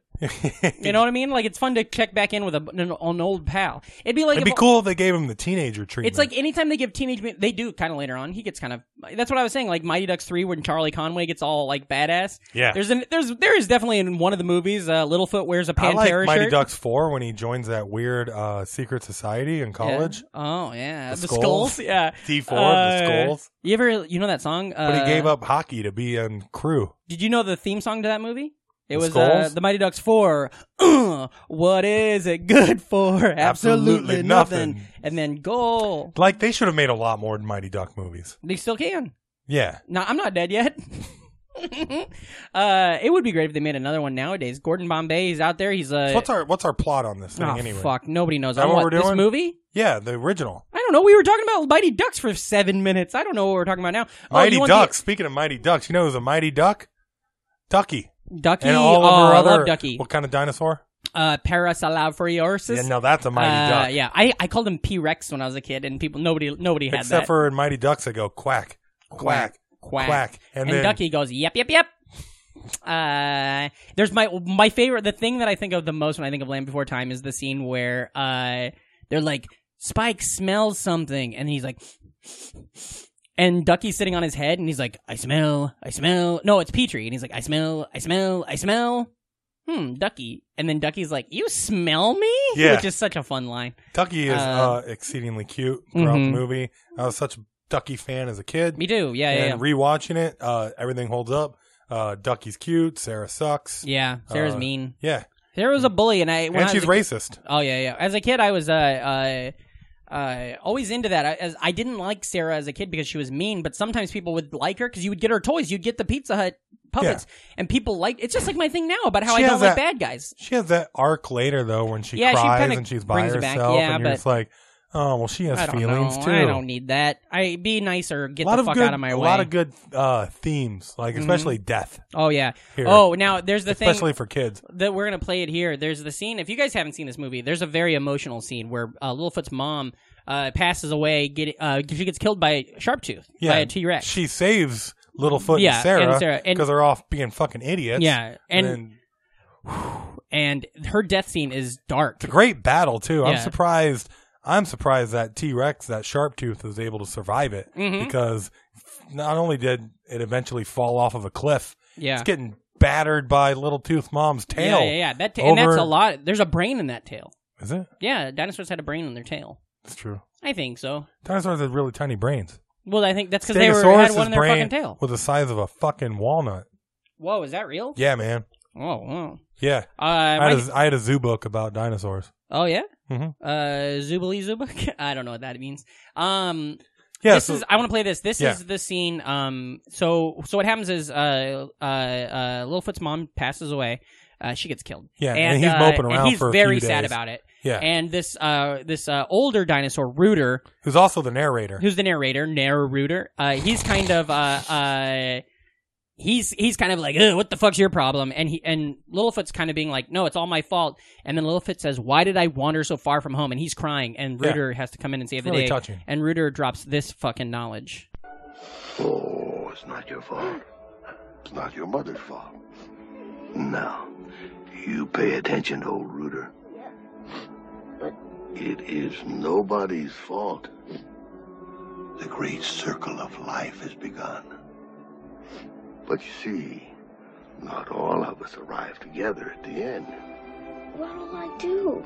[SPEAKER 1] you know what I mean? Like, it's fun to check back in with a, an, an old pal. It'd be like
[SPEAKER 3] It'd
[SPEAKER 1] if-
[SPEAKER 3] be cool if they gave him the teenager treatment.
[SPEAKER 1] It's like anytime they give teenage, Mut- they do kind of later on. He gets kind of. That's what I was saying. Like Mighty Ducks three, when Charlie Conway gets all like badass.
[SPEAKER 3] Yeah.
[SPEAKER 1] there's an there's there is definitely in one of the movies. Uh, Littlefoot wears a Pantera
[SPEAKER 3] I like Mighty
[SPEAKER 1] shirt.
[SPEAKER 3] Ducks four when he joins that weird uh, secret society in
[SPEAKER 1] Yeah.
[SPEAKER 3] college.
[SPEAKER 1] Oh yeah, the,
[SPEAKER 3] The
[SPEAKER 1] skulls.
[SPEAKER 3] skulls.
[SPEAKER 1] Yeah,
[SPEAKER 3] D four
[SPEAKER 1] Uh,
[SPEAKER 3] the skulls.
[SPEAKER 1] You ever you know that song? Uh,
[SPEAKER 3] But he gave up hockey to be in crew.
[SPEAKER 1] Did you know the theme song to that movie? It
[SPEAKER 3] The
[SPEAKER 1] was uh,
[SPEAKER 3] Skulls?
[SPEAKER 1] the Mighty Ducks four. Uh, what is it good for? Absolutely,
[SPEAKER 3] Absolutely
[SPEAKER 1] nothing.
[SPEAKER 3] nothing.
[SPEAKER 1] And then goal.
[SPEAKER 3] Like they should have made a lot more Mighty Duck movies.
[SPEAKER 1] They still can.
[SPEAKER 3] Yeah.
[SPEAKER 1] No, I'm not dead yet. uh, it would be great if they made another one nowadays. Gordon Bombay is out there. He's a
[SPEAKER 3] what's our what's our plot on this thing
[SPEAKER 1] oh,
[SPEAKER 3] anyway?
[SPEAKER 1] Uh, fuck. Nobody knows.
[SPEAKER 3] that
[SPEAKER 1] On
[SPEAKER 3] what we're
[SPEAKER 1] This
[SPEAKER 3] doing?
[SPEAKER 1] movie.
[SPEAKER 3] Yeah, the original.
[SPEAKER 1] I don't know. We were talking about Mighty Ducks for seven minutes. I don't know what we're talking about now. Oh, you
[SPEAKER 3] Mighty
[SPEAKER 1] want the-
[SPEAKER 3] Ducks. Speaking of Mighty Ducks, you know who's a Mighty Duck? Ducky.
[SPEAKER 1] Ducky.
[SPEAKER 3] And all of
[SPEAKER 1] oh,
[SPEAKER 3] her
[SPEAKER 1] I
[SPEAKER 3] other
[SPEAKER 1] love Ducky.
[SPEAKER 3] What kind of dinosaur?
[SPEAKER 1] Uh, Parasalavriorsis.
[SPEAKER 3] Yeah, no, that's a Mighty
[SPEAKER 1] uh,
[SPEAKER 3] Duck.
[SPEAKER 1] Yeah, I, I called him P Rex when I was a kid, and people nobody nobody had
[SPEAKER 3] Except
[SPEAKER 1] that.
[SPEAKER 3] for in Mighty Ducks they go quack, quack,
[SPEAKER 1] quack,
[SPEAKER 3] quack.
[SPEAKER 1] and,
[SPEAKER 3] And, then
[SPEAKER 1] Ducky goes yep yep yep. Uh, there's my my favorite. The thing that I think of the most when I think of Land Before Time is the scene where uh they're like Spike smells something, and he's like. And Ducky's sitting on his head, and he's like, "I smell, I smell." No, it's Petrie, and he's like, "I smell, I smell, I smell." Hmm, Ducky. And then Ducky's like, "You smell me?"
[SPEAKER 3] Yeah.
[SPEAKER 1] which is such a fun line.
[SPEAKER 3] Ducky is
[SPEAKER 1] Uh,
[SPEAKER 3] uh, exceedingly cute throughout
[SPEAKER 1] mhm.
[SPEAKER 3] the movie. I was such a Ducky fan as a kid.
[SPEAKER 1] Me too. Yeah, yeah,
[SPEAKER 3] and
[SPEAKER 1] yeah.
[SPEAKER 3] rewatching it, uh, everything holds up. Uh, Ducky's cute. Sarah sucks.
[SPEAKER 1] Yeah, Sarah's
[SPEAKER 3] Uh,
[SPEAKER 1] mean.
[SPEAKER 3] Yeah,
[SPEAKER 1] Sarah was a bully, and I when
[SPEAKER 3] and
[SPEAKER 1] I
[SPEAKER 3] she's
[SPEAKER 1] was a-
[SPEAKER 3] racist.
[SPEAKER 1] Oh yeah, yeah. As a kid, I was uh, uh, uh, always into that. I, as I didn't like Sarah as a kid because she was mean, but sometimes people would like her because you would get her toys, you'd get the Pizza Hut puppets, and people like. It's just like my thing now about how
[SPEAKER 3] She
[SPEAKER 1] I don't
[SPEAKER 3] has
[SPEAKER 1] like bad
[SPEAKER 3] that-
[SPEAKER 1] guys.
[SPEAKER 3] She has that arc later though when she
[SPEAKER 1] Yeah, she
[SPEAKER 3] cries
[SPEAKER 1] kinda
[SPEAKER 3] and she's by
[SPEAKER 1] brings it back.
[SPEAKER 3] herself,
[SPEAKER 1] Yeah,
[SPEAKER 3] and you're
[SPEAKER 1] but-
[SPEAKER 3] just like, oh well, she has
[SPEAKER 1] I don't
[SPEAKER 3] feelings
[SPEAKER 1] know.
[SPEAKER 3] too.
[SPEAKER 1] I don't need that. I be nicer. Get
[SPEAKER 3] a lot
[SPEAKER 1] the
[SPEAKER 3] of
[SPEAKER 1] fuck
[SPEAKER 3] good,
[SPEAKER 1] out of my
[SPEAKER 3] a
[SPEAKER 1] way.
[SPEAKER 3] lot of good uh, themes, like especially death,
[SPEAKER 1] oh yeah.
[SPEAKER 3] Here.
[SPEAKER 1] Oh, now there's the thing.
[SPEAKER 3] especially for kids.
[SPEAKER 1] that we're gonna play it here. There's the scene. If you guys haven't seen this movie, there's a very emotional scene where uh, Littlefoot's mom uh, passes away. Get uh, she gets killed by Sharptooth by a T Rex.
[SPEAKER 3] She saves Littlefoot
[SPEAKER 1] Yeah, and
[SPEAKER 3] and Sarah
[SPEAKER 1] Sarah, and-
[SPEAKER 3] because they're off being fucking idiots.
[SPEAKER 1] yeah, and
[SPEAKER 3] and, then
[SPEAKER 1] and her death scene is dark.
[SPEAKER 3] it's a great battle too. I'm
[SPEAKER 1] Yeah.
[SPEAKER 3] surprised. I'm surprised that T Rex, that sharp tooth, was able to survive it
[SPEAKER 1] Mhm.
[SPEAKER 3] because not only did it eventually fall off of a cliff,
[SPEAKER 1] Yeah.
[SPEAKER 3] it's getting battered by Little Tooth Mom's tail.
[SPEAKER 1] Yeah, yeah, yeah. That ta- and that's
[SPEAKER 3] Over-
[SPEAKER 1] a lot. There's a brain in that tail.
[SPEAKER 3] Is it?
[SPEAKER 1] Yeah, dinosaurs had a brain in their tail.
[SPEAKER 3] It's true.
[SPEAKER 1] I think so.
[SPEAKER 3] Dinosaurs had really tiny brains.
[SPEAKER 1] Well, I think that's because they were had one in their fucking tail.
[SPEAKER 3] was the size of a fucking walnut.
[SPEAKER 1] Whoa, is that real?
[SPEAKER 3] Yeah, man.
[SPEAKER 1] Oh, wow.
[SPEAKER 3] Yeah,
[SPEAKER 1] Uh,
[SPEAKER 3] I
[SPEAKER 1] my-
[SPEAKER 3] had, a, I had a zoo book about dinosaurs.
[SPEAKER 1] oh yeah.
[SPEAKER 3] Mhm.
[SPEAKER 1] Uh, Zubily Zubak. I don't know what that means. Um,
[SPEAKER 3] Yeah,
[SPEAKER 1] this
[SPEAKER 3] so-
[SPEAKER 1] is. I want to play this. This
[SPEAKER 3] Yeah.
[SPEAKER 1] is the scene. Um, so so what happens is uh uh, uh Littlefoot's mom passes away. Uh, she gets killed.
[SPEAKER 3] Yeah, and he's
[SPEAKER 1] uh,
[SPEAKER 3] moping
[SPEAKER 1] and
[SPEAKER 3] around
[SPEAKER 1] he's
[SPEAKER 3] for a few
[SPEAKER 1] very sad
[SPEAKER 3] days.
[SPEAKER 1] about it.
[SPEAKER 3] yeah.
[SPEAKER 1] And this uh this uh older dinosaur Rooter,
[SPEAKER 3] who's also the narrator.
[SPEAKER 1] who's the narrator, narrator. Uh, he's kind of uh uh. He's he's kind of like, "Ugh, what the fuck's your problem? And he and Littlefoot's kind of being like, no, it's all my fault. And then Littlefoot says, why did I wander so far from home? And he's crying, and
[SPEAKER 3] Yeah.
[SPEAKER 1] Rooter has to come in and save the
[SPEAKER 3] Really
[SPEAKER 1] day.
[SPEAKER 3] touching.
[SPEAKER 1] And Rooter drops this fucking knowledge.
[SPEAKER 4] Oh, it's not your fault. It's not your mother's fault. Now, you pay attention, old Rooter. It is nobody's fault. The great circle of life has begun. But you see, not all of us arrive together at the end.
[SPEAKER 5] What'll I do?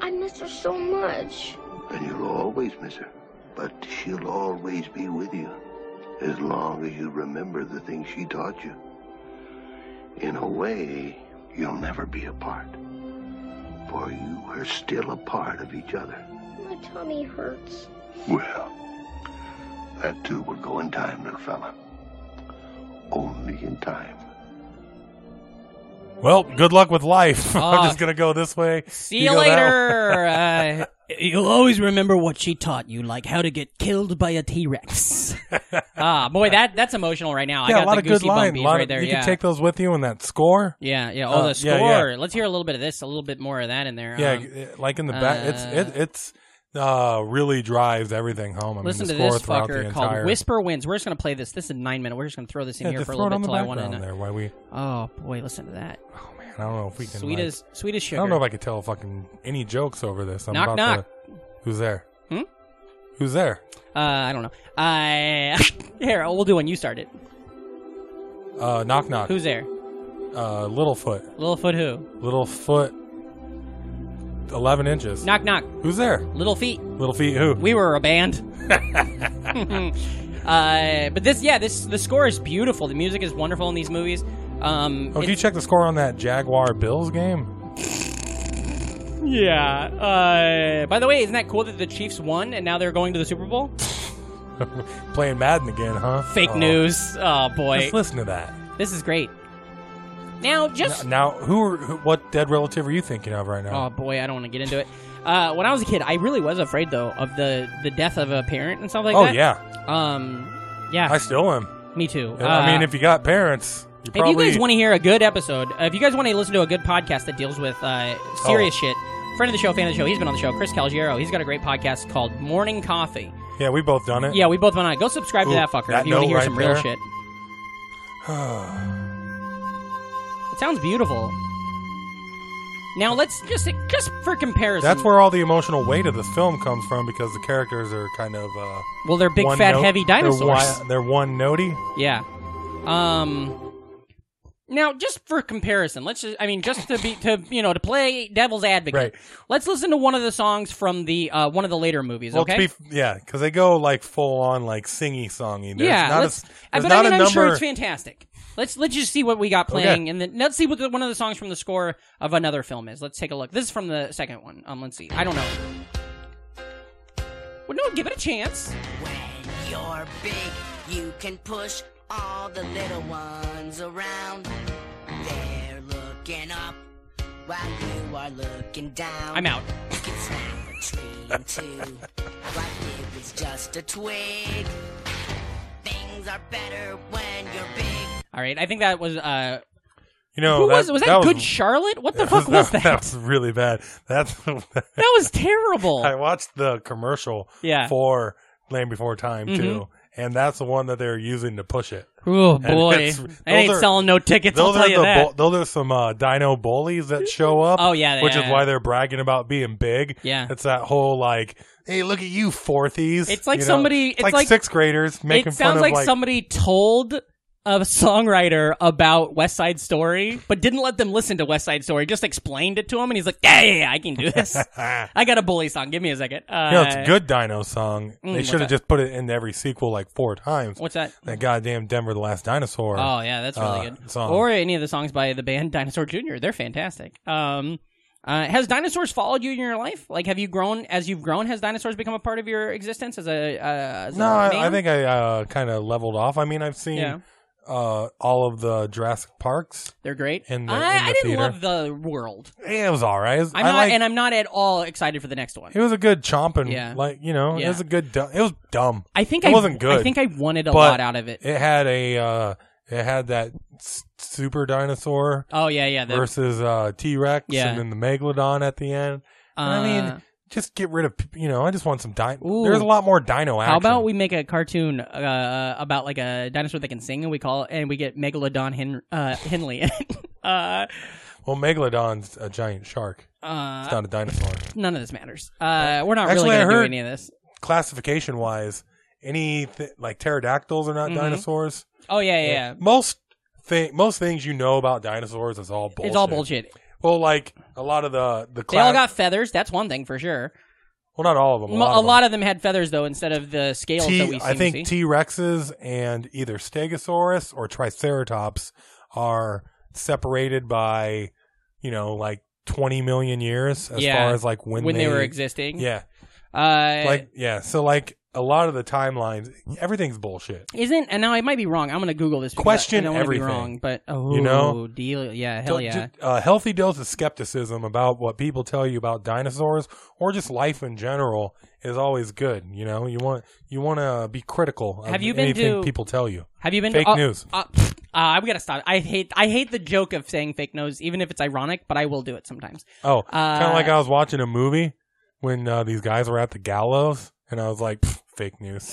[SPEAKER 5] I miss her so much.
[SPEAKER 4] And you'll always miss her. But she'll always be with you. As long as you remember the things she taught you. In a way, you'll never be apart. For you are still a part of each other.
[SPEAKER 5] My tummy hurts.
[SPEAKER 4] Well, that too will go in time, little fella. Only in time.
[SPEAKER 3] Well, good luck with life.
[SPEAKER 1] Ah.
[SPEAKER 3] I'm just gonna go this way.
[SPEAKER 1] See you,
[SPEAKER 3] go that
[SPEAKER 1] later. uh, you'll always remember what she taught you, like how to get killed by a T Rex. ah, boy, that that's emotional right now.
[SPEAKER 3] way. Yeah,
[SPEAKER 1] I got
[SPEAKER 3] a lot
[SPEAKER 1] the
[SPEAKER 3] of good
[SPEAKER 1] goosey
[SPEAKER 3] lines.
[SPEAKER 1] bumpies
[SPEAKER 3] Lot of-
[SPEAKER 1] right there.
[SPEAKER 3] you
[SPEAKER 1] yeah.
[SPEAKER 3] can take those with you in that score.
[SPEAKER 1] yeah, yeah. Oh,
[SPEAKER 3] Uh,
[SPEAKER 1] the
[SPEAKER 3] yeah,
[SPEAKER 1] score.
[SPEAKER 3] yeah.
[SPEAKER 1] Let's hear a little bit of this, a little bit more of that in there.
[SPEAKER 3] Yeah,
[SPEAKER 1] Um,
[SPEAKER 3] g- eh, like in the back, it's
[SPEAKER 1] uh,
[SPEAKER 3] it, it's uh, really drives everything home. I
[SPEAKER 1] listen
[SPEAKER 3] mean,
[SPEAKER 1] to
[SPEAKER 3] the score
[SPEAKER 1] this
[SPEAKER 3] throughout the
[SPEAKER 1] fucker
[SPEAKER 3] entire,
[SPEAKER 1] called Whisper Winds. We're just gonna play this. This is nine minutes. We're just gonna throw this in
[SPEAKER 3] Yeah,
[SPEAKER 1] here
[SPEAKER 3] just
[SPEAKER 1] for a
[SPEAKER 3] throw it
[SPEAKER 1] little
[SPEAKER 3] on
[SPEAKER 1] bit
[SPEAKER 3] the
[SPEAKER 1] till I want to
[SPEAKER 3] background
[SPEAKER 1] know.
[SPEAKER 3] there. Why we?
[SPEAKER 1] Oh boy, listen to that.
[SPEAKER 3] Oh man, I don't know if we can.
[SPEAKER 1] Sweet
[SPEAKER 3] like-
[SPEAKER 1] as sweet as
[SPEAKER 3] I
[SPEAKER 1] sugar.
[SPEAKER 3] don't know if I could tell fucking any jokes over this. I'm
[SPEAKER 1] Knock,
[SPEAKER 3] about
[SPEAKER 1] knock.
[SPEAKER 3] To, who's there?
[SPEAKER 1] Hmm?
[SPEAKER 3] Who's there?
[SPEAKER 1] Uh, I don't know. Uh, here, we'll do one. You start it.
[SPEAKER 3] Uh, knock knock.
[SPEAKER 1] Who's there?
[SPEAKER 3] uh, Littlefoot?
[SPEAKER 1] Littlefoot who?
[SPEAKER 3] Littlefoot. Eleven inches.
[SPEAKER 1] Knock knock.
[SPEAKER 3] Who's there?
[SPEAKER 1] Little feet.
[SPEAKER 3] Little feet. Who?
[SPEAKER 1] We were a band. uh, but this, yeah, this the score is beautiful. The music is wonderful in these movies. Um,
[SPEAKER 3] oh, can you
[SPEAKER 1] it's-
[SPEAKER 3] check the score on that Jaguar Bills game?
[SPEAKER 1] yeah. Uh, by the way, isn't that cool that the Chiefs won and now they're going to the Super Bowl?
[SPEAKER 3] Playing Madden again, huh?
[SPEAKER 1] Fake
[SPEAKER 3] Oh.
[SPEAKER 1] news. Oh boy,
[SPEAKER 3] Just listen to that.
[SPEAKER 1] this is great. Now just
[SPEAKER 3] N- Now, who, are, who? What dead relative are you thinking of right now?
[SPEAKER 1] Oh boy, I don't want to get into it. Uh, when I was a kid, I really was afraid though of the the death of a parent and stuff like
[SPEAKER 3] oh
[SPEAKER 1] that.
[SPEAKER 3] yeah,
[SPEAKER 1] Um, yeah,
[SPEAKER 3] I still am.
[SPEAKER 1] me too. Uh,
[SPEAKER 3] I mean, if you got parents, you
[SPEAKER 1] if you
[SPEAKER 3] probably
[SPEAKER 1] guys want to hear a good episode, uh, if you guys want to listen to a good podcast that deals with uh,
[SPEAKER 3] Oh.
[SPEAKER 1] serious shit, friend of the show, fan of the show, he's been on the show, Chris Calgiero. He's got a great podcast called Morning Coffee.
[SPEAKER 3] yeah, we both done it.
[SPEAKER 1] Yeah, we both went on. it. Go subscribe to
[SPEAKER 3] Ooh,
[SPEAKER 1] that fucker
[SPEAKER 3] that
[SPEAKER 1] if you want to
[SPEAKER 3] note
[SPEAKER 1] hear
[SPEAKER 3] right
[SPEAKER 1] some real
[SPEAKER 3] there.
[SPEAKER 1] shit. It sounds beautiful. Now let's just just for comparison.
[SPEAKER 3] That's where all the emotional weight of the film comes from because the characters are kind of uh,
[SPEAKER 1] well, they're big
[SPEAKER 3] one
[SPEAKER 1] fat
[SPEAKER 3] note-
[SPEAKER 1] heavy
[SPEAKER 3] they're
[SPEAKER 1] dinosaurs.
[SPEAKER 3] wi- They're one notey.
[SPEAKER 1] Yeah. Um. Now, just for comparison, let's just—I mean, just to be to you know to play devil's advocate,
[SPEAKER 3] Right.
[SPEAKER 1] let's listen to one of the songs from the uh, one of the later movies.
[SPEAKER 3] Well,
[SPEAKER 1] okay.
[SPEAKER 3] to be, yeah, because they go like full on like singy songy. There's
[SPEAKER 1] yeah.
[SPEAKER 3] not
[SPEAKER 1] let's,
[SPEAKER 3] a,
[SPEAKER 1] I-
[SPEAKER 3] there's
[SPEAKER 1] but
[SPEAKER 3] not
[SPEAKER 1] I mean,
[SPEAKER 3] a
[SPEAKER 1] I'm
[SPEAKER 3] number.
[SPEAKER 1] sure it's fantastic. Let's let's just see what we got playing,
[SPEAKER 3] Okay.
[SPEAKER 1] and then let's see what the, one of the songs from the score of another film is. Let's take a look. This is from the second one. Um, let's see. I don't know. Well, no, give it a chance.
[SPEAKER 6] When you're big, you can push all the little ones around. They're looking up while you are looking down.
[SPEAKER 1] I'm out.
[SPEAKER 6] You can snap a tree in two like it was just a twig. Things are better when you're big.
[SPEAKER 1] All right. I think that was uh.
[SPEAKER 3] you know,
[SPEAKER 1] who
[SPEAKER 3] Oh, that,
[SPEAKER 1] was was that, Good Charlotte? What the fuck was that?
[SPEAKER 3] That was really bad. That's
[SPEAKER 1] That was terrible.
[SPEAKER 3] I watched the commercial
[SPEAKER 1] Yeah. Mm-hmm.
[SPEAKER 3] for Land Before Time too, and that's the one that they're using to push it.
[SPEAKER 1] Oh
[SPEAKER 3] And
[SPEAKER 1] boy,
[SPEAKER 3] it's-
[SPEAKER 1] I ain't
[SPEAKER 3] those are-
[SPEAKER 1] selling no tickets. I'll
[SPEAKER 3] Those
[SPEAKER 1] tell
[SPEAKER 3] are,
[SPEAKER 1] you
[SPEAKER 3] the
[SPEAKER 1] that.
[SPEAKER 3] bu- those are some uh, dino bullies that show up.
[SPEAKER 1] Oh, yeah, they
[SPEAKER 3] which
[SPEAKER 1] are.
[SPEAKER 3] is why they're bragging about being big.
[SPEAKER 1] Yeah.
[SPEAKER 3] it's that whole like, hey, look at you, fourthies.
[SPEAKER 1] It's like
[SPEAKER 3] you know?
[SPEAKER 1] somebody- it's
[SPEAKER 3] like,
[SPEAKER 1] like-
[SPEAKER 3] sixth graders making
[SPEAKER 1] it sounds
[SPEAKER 3] fun of
[SPEAKER 1] like,
[SPEAKER 3] like,
[SPEAKER 1] somebody told a songwriter about West Side Story, but didn't let them listen to West Side Story. Just explained it to him, and he's like, "Yeah, yeah, yeah I can do this. I got a bully song. Give me a second. Uh,
[SPEAKER 3] You know, it's a good dino song.
[SPEAKER 1] Mm,
[SPEAKER 3] they
[SPEAKER 1] what's
[SPEAKER 3] should have
[SPEAKER 1] that?
[SPEAKER 3] just put it in every sequel like four times.
[SPEAKER 1] What's that?
[SPEAKER 3] that goddamn Denver the Last Dinosaur.
[SPEAKER 1] Oh yeah, that's really
[SPEAKER 3] uh,
[SPEAKER 1] good.
[SPEAKER 3] song.
[SPEAKER 1] Or any of the songs by the band Dinosaur Jr. They're fantastic. Um, uh, has dinosaurs followed you in your life? Like, have you grown as you've grown? Has dinosaurs become a part of your existence as a? Uh, as
[SPEAKER 3] no,
[SPEAKER 1] a
[SPEAKER 3] I, I
[SPEAKER 1] man?
[SPEAKER 3] think I uh, kind of leveled off. I mean, I've seen
[SPEAKER 1] Yeah.
[SPEAKER 3] uh, all of the Jurassic Parks.
[SPEAKER 1] they're great.
[SPEAKER 3] in the-
[SPEAKER 1] I,
[SPEAKER 3] in the
[SPEAKER 1] I didn't
[SPEAKER 3] theater.
[SPEAKER 1] love the world.
[SPEAKER 3] Eh, It was all right. It was,
[SPEAKER 1] I'm
[SPEAKER 3] I
[SPEAKER 1] not,
[SPEAKER 3] liked-
[SPEAKER 1] and I'm not at all excited for the next one.
[SPEAKER 3] it was a good chomping.
[SPEAKER 1] Yeah.
[SPEAKER 3] Like you know,
[SPEAKER 1] Yeah.
[SPEAKER 3] it was a good. Du- it was dumb.
[SPEAKER 1] I think
[SPEAKER 3] It
[SPEAKER 1] I
[SPEAKER 3] wasn't good,
[SPEAKER 1] I think I wanted a
[SPEAKER 3] but
[SPEAKER 1] lot out of it.
[SPEAKER 3] It had a. Uh, it had that s- super dinosaur
[SPEAKER 1] Oh yeah, yeah. The,
[SPEAKER 3] versus uh, T Rex,
[SPEAKER 1] Yeah.
[SPEAKER 3] and then the megalodon at the end.
[SPEAKER 1] uh,
[SPEAKER 3] I mean, just get rid of. You know, I just want some dino.
[SPEAKER 1] Ooh.
[SPEAKER 3] There's a lot more dino action.
[SPEAKER 1] how about we make a cartoon uh, about like a dinosaur that can sing, and we call it, and we get Megalodon Hen- uh, Henley. in it. uh,
[SPEAKER 3] Well, megalodon's a giant shark.
[SPEAKER 1] uh,
[SPEAKER 3] It's not a dinosaur.
[SPEAKER 1] none of this matters. Uh, we're not
[SPEAKER 3] Actually,
[SPEAKER 1] really
[SPEAKER 3] I
[SPEAKER 1] going to do
[SPEAKER 3] heard-
[SPEAKER 1] any of this.
[SPEAKER 3] classification wise, any th- like pterodactyls are not
[SPEAKER 1] Mhm.
[SPEAKER 3] dinosaurs.
[SPEAKER 1] Oh yeah, yeah. yeah.
[SPEAKER 3] Most thing most things you know about dinosaurs is all bullshit.
[SPEAKER 1] It's all bullshit.
[SPEAKER 3] Well, like a lot of the the
[SPEAKER 1] They all got
[SPEAKER 3] class-
[SPEAKER 1] feathers. That's one thing for sure.
[SPEAKER 3] well, not all of them.
[SPEAKER 1] A
[SPEAKER 3] A lot,
[SPEAKER 1] lot,
[SPEAKER 3] of,
[SPEAKER 1] of them had feathers though, instead of the scales
[SPEAKER 3] them. T-
[SPEAKER 1] that we seem
[SPEAKER 3] I
[SPEAKER 1] to see.
[SPEAKER 3] think T Rexes and either Stegosaurus or Triceratops are separated by you know like twenty million years as
[SPEAKER 1] Yeah.
[SPEAKER 3] far as like when
[SPEAKER 1] when, they, were existing.
[SPEAKER 3] Yeah,
[SPEAKER 1] Uh,
[SPEAKER 3] like yeah. So like a lot of the timelines, everything's bullshit.
[SPEAKER 1] Isn't and now I might be wrong. I'm gonna Google this. because
[SPEAKER 3] Question
[SPEAKER 1] I don't wanna
[SPEAKER 3] everything.
[SPEAKER 1] Be wrong, but oh,
[SPEAKER 3] You know?
[SPEAKER 1] deal. Yeah, hell
[SPEAKER 3] Don't-
[SPEAKER 1] yeah.
[SPEAKER 3] just, uh, healthy dose of skepticism about what people tell you about dinosaurs or just life in general is always good. You know, you want you want to be critical. Of
[SPEAKER 1] Have you been
[SPEAKER 3] anything
[SPEAKER 1] to-
[SPEAKER 3] people tell you?
[SPEAKER 1] Have you been
[SPEAKER 3] fake
[SPEAKER 1] to, uh,
[SPEAKER 3] news.
[SPEAKER 1] Uh, pfft, uh, we gotta stop. I hate. I hate the joke of saying fake news, even if it's ironic. But I will do it sometimes.
[SPEAKER 3] Oh, kind of like
[SPEAKER 1] Uh,
[SPEAKER 3] I was watching a movie when uh, these guys were at the gallows, and I was like, "Pfft, fake news.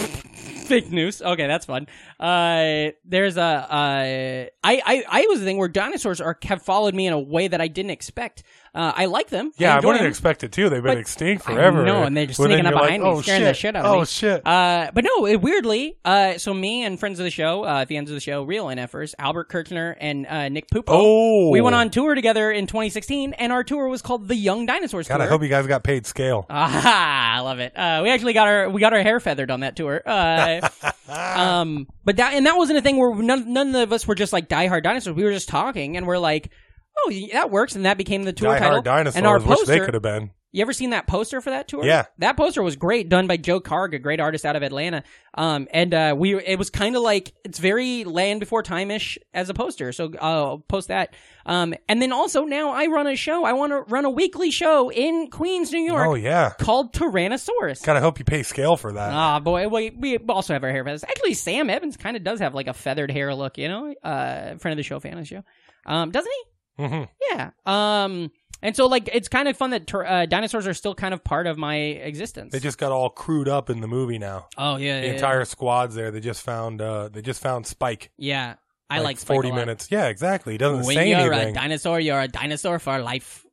[SPEAKER 1] fake news. Okay, that's fun. Uh, there's a. Uh, I, I I was the thing where dinosaurs are have followed me in a way that I didn't expect. Uh, I like them.
[SPEAKER 3] Yeah, I
[SPEAKER 1] enjoy
[SPEAKER 3] wouldn't
[SPEAKER 1] them.
[SPEAKER 3] expect it too. They've been
[SPEAKER 1] But
[SPEAKER 3] extinct
[SPEAKER 1] I
[SPEAKER 3] forever.
[SPEAKER 1] know, and they're just
[SPEAKER 3] But then
[SPEAKER 1] sneaking up
[SPEAKER 3] you're
[SPEAKER 1] behind me,
[SPEAKER 3] like, oh,
[SPEAKER 1] scaring
[SPEAKER 3] shit.
[SPEAKER 1] the shit out of
[SPEAKER 3] oh,
[SPEAKER 1] me.
[SPEAKER 3] shit.
[SPEAKER 1] Uh, but no, it, weirdly, uh, so me and friends of the show, uh, at the end of the show, real NFers, Albert Kirchner and uh, Nick Pupo,
[SPEAKER 3] Oh.
[SPEAKER 1] we went on tour together in 2016, and our tour was called the Young Dinosaurs
[SPEAKER 3] God,
[SPEAKER 1] Tour.
[SPEAKER 3] I hope you guys got paid scale.
[SPEAKER 1] Ah, I love it. Uh, we actually got our we got our hair feathered on that tour. Uh, um, but that and that wasn't a thing where none none of us were just like diehard dinosaurs. We were just talking, and we're like, "Oh, y- that works," and that became the tour
[SPEAKER 3] Die
[SPEAKER 1] title.
[SPEAKER 3] hard dinosaurs,
[SPEAKER 1] and our
[SPEAKER 3] which they
[SPEAKER 1] poster-
[SPEAKER 3] could have been.
[SPEAKER 1] you ever seen that poster for that tour?
[SPEAKER 3] Yeah.
[SPEAKER 1] that poster was great, done by Joe Karg, a great artist out of Atlanta. Um, and uh, we it was kind of like it's very Land Before Time ish as a poster. So uh, I'll post that. Um, and then also now I run a show. I want to run a weekly show in Queens, New York,
[SPEAKER 3] Oh yeah.
[SPEAKER 1] called Tyrannosaurus.
[SPEAKER 3] Gotta hope you pay scale for that.
[SPEAKER 1] Ah, boy, we, we also have our hair feathers. Actually, Sam Evans kind of does have like a feathered hair look, you know, uh, friend of the show, fan of the show. Um, doesn't he?
[SPEAKER 3] hmm
[SPEAKER 1] Yeah. Um, and so like it's kind of fun that tur- uh, dinosaurs are still kind of part of my existence.
[SPEAKER 3] They just got all crewed up in the movie now.
[SPEAKER 1] oh yeah,
[SPEAKER 3] The
[SPEAKER 1] yeah,
[SPEAKER 3] entire squad's there. They just found uh they just found Spike.
[SPEAKER 1] yeah. I like, Spike
[SPEAKER 3] forty
[SPEAKER 1] a lot.
[SPEAKER 3] minutes. Yeah, exactly. He doesn't
[SPEAKER 1] When
[SPEAKER 3] say
[SPEAKER 1] you're a
[SPEAKER 3] anything.
[SPEAKER 1] dinosaur, you're a dinosaur for life,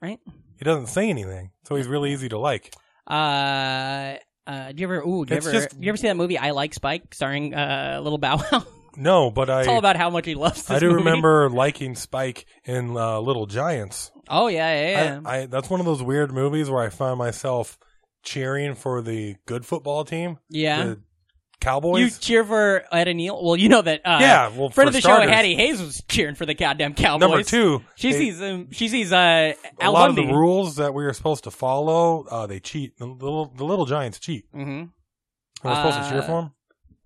[SPEAKER 1] right?
[SPEAKER 3] he doesn't say anything, so he's really easy to like.
[SPEAKER 1] Uh, uh, do you ever? Ooh, do you
[SPEAKER 3] It's
[SPEAKER 1] ever?
[SPEAKER 3] just-
[SPEAKER 1] do you ever see that movie I Like Spike, starring uh, Little Bow Wow?
[SPEAKER 3] No, but I
[SPEAKER 1] it's all about how much he loves. This
[SPEAKER 3] I do
[SPEAKER 1] movie.
[SPEAKER 3] remember liking Spike in uh, Little Giants.
[SPEAKER 1] Oh yeah, yeah. yeah.
[SPEAKER 3] I, I that's one of those weird movies where I find myself cheering for the good football team,
[SPEAKER 1] Yeah.
[SPEAKER 3] the
[SPEAKER 1] you
[SPEAKER 3] Cowboys.
[SPEAKER 1] cheer for Ed Neal. Well, you know that. Uh,
[SPEAKER 3] Yeah, well,
[SPEAKER 1] friend
[SPEAKER 3] for
[SPEAKER 1] of the
[SPEAKER 3] starters.
[SPEAKER 1] show, Hattie Hayes was cheering for the goddamn Cowboys.
[SPEAKER 3] Number two,
[SPEAKER 1] she
[SPEAKER 3] they-
[SPEAKER 1] sees um, she sees uh,
[SPEAKER 3] a
[SPEAKER 1] Al
[SPEAKER 3] lot
[SPEAKER 1] Bundy.
[SPEAKER 3] of the rules that we are supposed to follow, uh, they cheat. The little, the little giants cheat.
[SPEAKER 1] hmm
[SPEAKER 3] And we're supposed to cheer
[SPEAKER 1] Uh,
[SPEAKER 3] for them.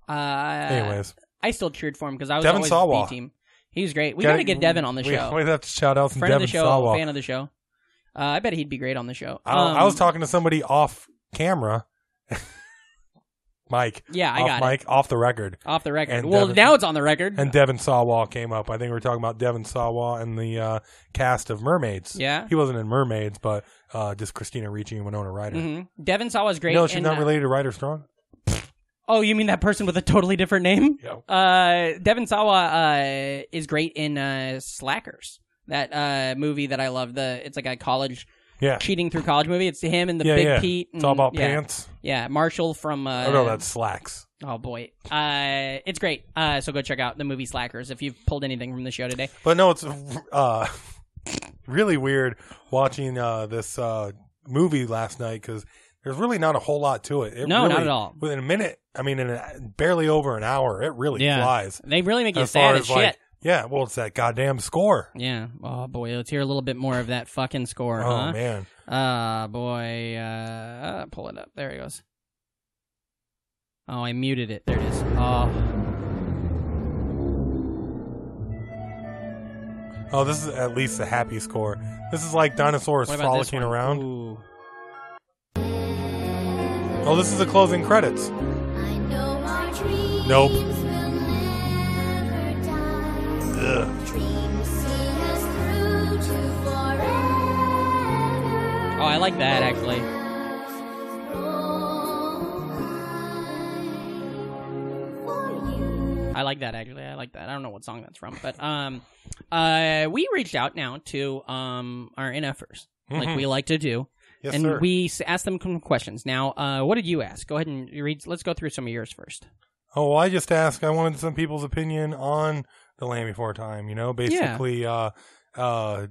[SPEAKER 1] Uh,
[SPEAKER 3] Anyways,
[SPEAKER 1] I still cheered for him because I was
[SPEAKER 3] Devin
[SPEAKER 1] always
[SPEAKER 3] Sawa.
[SPEAKER 1] B team. He was great. We got to get Devin on the
[SPEAKER 3] We
[SPEAKER 1] show.
[SPEAKER 3] always have to shout out some
[SPEAKER 1] friend
[SPEAKER 3] Devin
[SPEAKER 1] of the show,
[SPEAKER 3] Sawa.
[SPEAKER 1] fan of the show. Uh, I bet he'd be great on the show.
[SPEAKER 3] I, I was
[SPEAKER 1] Um,
[SPEAKER 3] talking to somebody off camera, Mike.
[SPEAKER 1] Yeah, I
[SPEAKER 3] off
[SPEAKER 1] got it.
[SPEAKER 3] Mike off the record.
[SPEAKER 1] off the record.
[SPEAKER 3] and
[SPEAKER 1] well,
[SPEAKER 3] Devin-
[SPEAKER 1] now it's on the record.
[SPEAKER 3] And Devin Sawa came up. I think we were talking about Devin Sawa and the uh, cast of Mermaids.
[SPEAKER 1] Yeah.
[SPEAKER 3] he wasn't in Mermaids, but uh, just Christina Ricci and Winona Ryder.
[SPEAKER 1] Mhm. Devin Sawa's Mm-hmm. great.
[SPEAKER 3] No, she's
[SPEAKER 1] and,
[SPEAKER 3] not
[SPEAKER 1] uh,
[SPEAKER 3] related to Ryder Strong.
[SPEAKER 1] Oh, you mean that person with a totally different name?
[SPEAKER 3] Yeah.
[SPEAKER 1] Uh, Devin Sawa uh, is great in uh, Slackers, that uh, movie that I love. The it's like a college
[SPEAKER 3] Yeah.
[SPEAKER 1] cheating through college movie. It's him and the
[SPEAKER 3] yeah,
[SPEAKER 1] Big
[SPEAKER 3] yeah.
[SPEAKER 1] Pete.
[SPEAKER 3] It's all
[SPEAKER 1] and-
[SPEAKER 3] about
[SPEAKER 1] Mm, yeah,
[SPEAKER 3] pants.
[SPEAKER 1] Yeah, Marshall from. Uh,
[SPEAKER 3] oh no, that's slacks.
[SPEAKER 1] Oh boy, uh, it's great. Uh, so go check out the movie Slackers if you've pulled anything from the show today.
[SPEAKER 3] But no, it's uh, really weird watching uh, this uh, movie last night because there's really not a whole lot to it. It
[SPEAKER 1] No, not
[SPEAKER 3] really-
[SPEAKER 1] at all.
[SPEAKER 3] Within a minute, I mean, in a, barely over an hour, it really
[SPEAKER 1] Yeah.
[SPEAKER 3] flies.
[SPEAKER 1] They really make you
[SPEAKER 3] As
[SPEAKER 1] sad
[SPEAKER 3] far
[SPEAKER 1] as,
[SPEAKER 3] as
[SPEAKER 1] shit.
[SPEAKER 3] like, yeah, well, it's that goddamn score.
[SPEAKER 1] yeah. Oh boy, let's hear a little bit more of that fucking score,
[SPEAKER 3] Oh
[SPEAKER 1] huh?
[SPEAKER 3] man,
[SPEAKER 1] Ah, boy. Uh, uh, pull it up. There it goes. Oh, I muted it. There it is. Oh,
[SPEAKER 3] oh, this is at least a happy score. This is like dinosaurs
[SPEAKER 1] what about this
[SPEAKER 3] frolicking
[SPEAKER 1] one?
[SPEAKER 3] around.
[SPEAKER 1] Ooh.
[SPEAKER 3] Oh, this is the closing credits.
[SPEAKER 5] I know our dreams
[SPEAKER 3] Nope.
[SPEAKER 5] will never die. Dreams see us through to forever.
[SPEAKER 1] Oh, I like that actually.
[SPEAKER 5] Roll high for you.
[SPEAKER 1] I like that actually. I like that. I don't know what song that's from, but um, uh, we reached out now to um our NFers like
[SPEAKER 3] Mhm.
[SPEAKER 1] we like to do,
[SPEAKER 3] Yes,
[SPEAKER 1] and
[SPEAKER 3] sir.
[SPEAKER 1] we s- asked them some questions. Now, uh, what did you ask? Go ahead and read. Let's go through some of yours first.
[SPEAKER 3] Oh, well, I just asked. I wanted some people's opinion on the Land Before Time. You know, basically, uh, uh,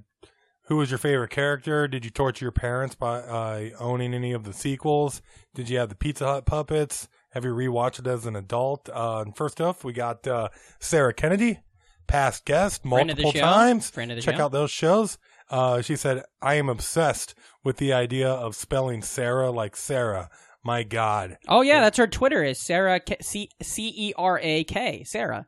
[SPEAKER 3] who was your favorite character? Did you torture your parents by uh, owning any of the sequels? Did you have the Pizza Hut puppets? Have you rewatched it as an adult? Uh, and first off, we got uh, Sarah Kennedy, past guest,
[SPEAKER 1] Friend of the
[SPEAKER 3] multiple
[SPEAKER 1] show.
[SPEAKER 3] times.
[SPEAKER 1] Friend of the
[SPEAKER 3] Check
[SPEAKER 1] show.
[SPEAKER 3] out those shows. Uh, she said, "I am obsessed with the idea of spelling Sarah like Sarah." My God,
[SPEAKER 1] Oh yeah, that's her Twitter is Sarah K- C C E R A K Sarah.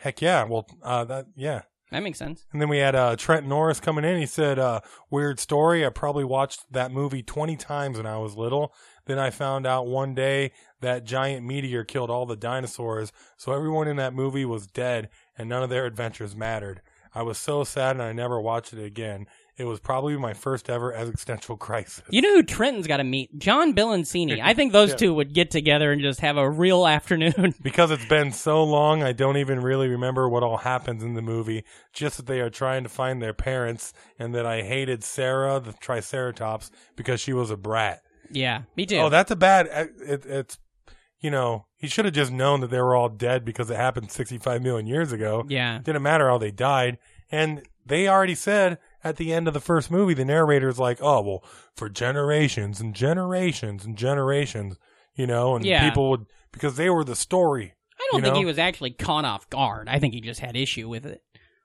[SPEAKER 3] heck yeah! Well, uh, that yeah.
[SPEAKER 1] That makes sense.
[SPEAKER 3] And then we had uh, Trent Norris coming in. He said, uh, "Weird story. I probably watched that movie twenty times when I was little. Then I found out one day that giant meteor killed all the dinosaurs, so everyone in that movie was dead, and none of their adventures mattered. I was so sad, and I never watched it again. It was probably my first ever existential crisis."
[SPEAKER 1] You know who Trenton's got to meet? John Bilancini. I think those two would get together and just have a real afternoon.
[SPEAKER 3] Because it's been so long, I don't even really remember what all happens in the movie. Just that they are trying to find their parents, and that I hated Sarah, the Triceratops, because she was a brat.
[SPEAKER 1] yeah, me too.
[SPEAKER 3] Oh, that's a bad. It, it's, you know, he should have just known that they were all dead because it happened 65 million years ago.
[SPEAKER 1] yeah.
[SPEAKER 3] Didn't matter how they died. And they already said at the end of the first movie, the narrator's like, oh, well, for generations and generations and generations, you know, and
[SPEAKER 1] Yeah.
[SPEAKER 3] people would, because they were the story.
[SPEAKER 1] I don't
[SPEAKER 3] you
[SPEAKER 1] think
[SPEAKER 3] know?
[SPEAKER 1] he was actually caught off guard. I think he just had issue with it.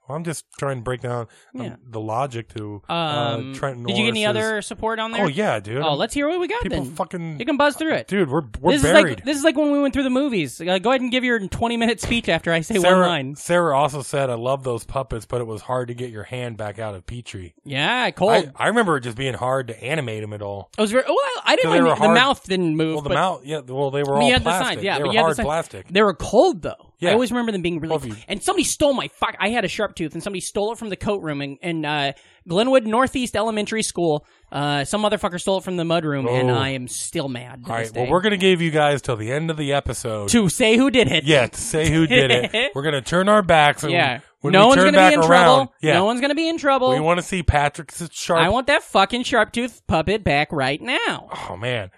[SPEAKER 3] Well, I'm just trying to break down um,
[SPEAKER 1] Yeah.
[SPEAKER 3] the logic to
[SPEAKER 1] Um,
[SPEAKER 3] uh, Trent.
[SPEAKER 1] did you get any
[SPEAKER 3] Norris's-
[SPEAKER 1] other support on there?
[SPEAKER 3] Oh yeah, dude.
[SPEAKER 1] Oh, let's hear what we got
[SPEAKER 3] people
[SPEAKER 1] then.
[SPEAKER 3] fucking
[SPEAKER 1] you can buzz through it.
[SPEAKER 3] dude. We're we're
[SPEAKER 1] this is
[SPEAKER 3] buried.
[SPEAKER 1] like this is like when we went through the movies. Uh, go ahead and give your 20 minute speech after I say
[SPEAKER 3] Sarah,
[SPEAKER 1] one line.
[SPEAKER 3] Sarah also said, "I love those puppets, but it was hard to get your hand back out of Petrie."
[SPEAKER 1] Yeah, cold.
[SPEAKER 3] I, I remember it just being hard to animate them at all.
[SPEAKER 1] it was very. Well, I didn't.
[SPEAKER 3] So they
[SPEAKER 1] Mind,
[SPEAKER 3] were
[SPEAKER 1] the
[SPEAKER 3] hard-
[SPEAKER 1] mouth didn't move.
[SPEAKER 3] Well, the
[SPEAKER 1] but
[SPEAKER 3] mouth, yeah. Well, they were all
[SPEAKER 1] you had
[SPEAKER 3] plastic.
[SPEAKER 1] the sign, yeah,
[SPEAKER 3] they
[SPEAKER 1] but
[SPEAKER 3] were
[SPEAKER 1] you had
[SPEAKER 3] hard
[SPEAKER 1] the sign.
[SPEAKER 3] plastic.
[SPEAKER 1] They were cold though.
[SPEAKER 3] Yeah.
[SPEAKER 1] I always remember them being really.
[SPEAKER 3] Love you.
[SPEAKER 1] And somebody stole my fuck. I had a sharp tooth, and somebody stole it from the coat room in, in uh, Glenwood Northeast Elementary School. Uh, some motherfucker stole it from the mud room, and
[SPEAKER 3] Oh.
[SPEAKER 1] I am still mad. To
[SPEAKER 3] all
[SPEAKER 1] this
[SPEAKER 3] right. Well,
[SPEAKER 1] day.
[SPEAKER 3] we're gonna give you guys till the end of the episode.
[SPEAKER 1] to say who did it.
[SPEAKER 3] yeah, to say who did it. We're gonna turn our backs. And
[SPEAKER 1] yeah.
[SPEAKER 3] When
[SPEAKER 1] no
[SPEAKER 3] we
[SPEAKER 1] one's
[SPEAKER 3] turn
[SPEAKER 1] gonna
[SPEAKER 3] back
[SPEAKER 1] be in
[SPEAKER 3] around,
[SPEAKER 1] trouble.
[SPEAKER 3] Yeah.
[SPEAKER 1] No one's gonna be in trouble.
[SPEAKER 3] we want to see Patrick's sharp
[SPEAKER 1] I want that fucking sharp tooth puppet back right now.
[SPEAKER 3] oh man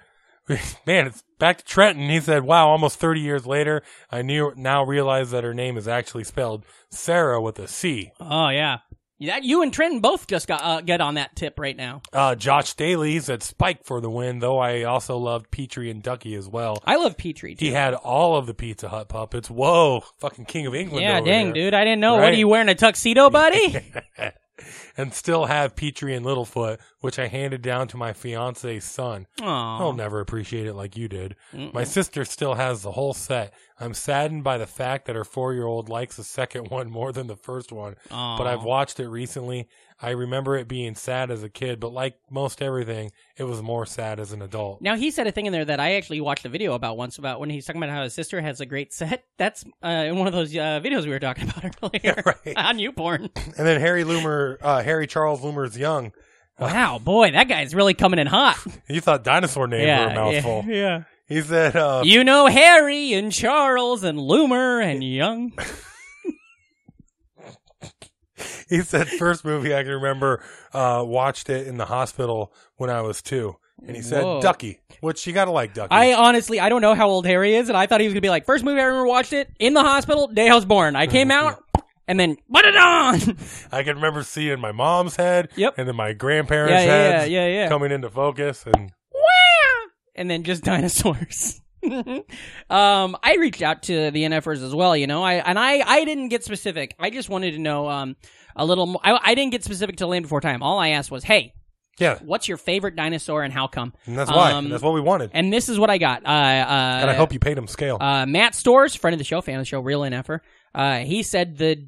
[SPEAKER 3] man it's back to trenton he said wow almost 30 years later i knew now realize that her name is actually spelled sarah with a c
[SPEAKER 1] Oh yeah. That you and Trenton both just got uh, get on that tip right now.
[SPEAKER 3] uh, josh daly he said spike for the win though i also loved petrie and ducky as well
[SPEAKER 1] I love Petrie. Too.
[SPEAKER 3] he had all of the pizza hut puppets whoa fucking king of england
[SPEAKER 1] Yeah,
[SPEAKER 3] over
[SPEAKER 1] dang,
[SPEAKER 3] here.
[SPEAKER 1] dude. I didn't know. What are
[SPEAKER 3] Right.
[SPEAKER 1] you wearing a tuxedo, buddy?
[SPEAKER 3] and still have petrie and littlefoot which i handed down to my fiance's son I'll
[SPEAKER 1] Aw.
[SPEAKER 3] never appreciate it like you did. Oh, My
[SPEAKER 1] Mm-hmm.
[SPEAKER 3] sister still has the whole set. I'm saddened by the fact that her four year old likes the second one more than the first one.
[SPEAKER 1] Aw.
[SPEAKER 3] But I've watched it recently. I remember it being sad as a kid, but like most everything, it was more sad as an adult.
[SPEAKER 1] Now he said a thing in there that I actually watched a video about once about when he's talking about how his sister has a great set. That's uh, in one of those uh, videos we were talking about earlier
[SPEAKER 3] right.
[SPEAKER 1] on YouPorn.
[SPEAKER 3] And then Harry Loomer, uh, Harry Charles Loomer's young.
[SPEAKER 1] Wow, boy, that guy's really coming in hot.
[SPEAKER 3] You thought dinosaur names were
[SPEAKER 1] yeah,
[SPEAKER 3] a mouthful.
[SPEAKER 1] yeah, yeah.
[SPEAKER 3] He said, uh,
[SPEAKER 1] You know Harry and Charles and Loomer and Young.
[SPEAKER 3] he said first movie I can remember uh, watched it in the hospital when I was two, and he said
[SPEAKER 1] Whoa.
[SPEAKER 3] Ducky, which you gotta like Ducky.
[SPEAKER 1] I honestly, I don't know how old Harry is, and I thought he was gonna be like first movie I remember watched it in the hospital. Day I was born. I came out and then put it on.
[SPEAKER 3] I can remember seeing my mom's head,
[SPEAKER 1] Yep.
[SPEAKER 3] and then my grandparents'
[SPEAKER 1] yeah, yeah, yeah,
[SPEAKER 3] heads
[SPEAKER 1] yeah, yeah.
[SPEAKER 3] coming into focus, and
[SPEAKER 1] and then just dinosaurs. um, I reached out to the NFers as well, you know. I and I I didn't get specific. I just wanted to know um a little. Mo- I I didn't get specific to Land Before Time. All I asked was, hey,
[SPEAKER 3] yeah,
[SPEAKER 1] what's your favorite dinosaur and how come?
[SPEAKER 3] and that's why
[SPEAKER 1] Um,
[SPEAKER 3] that's what we wanted,
[SPEAKER 1] And this is what I got. Uh, uh,
[SPEAKER 3] and I hope you paid him scale.
[SPEAKER 1] Uh, Matt Stores, friend of the show, fan of the show, real NFer. Uh, he said the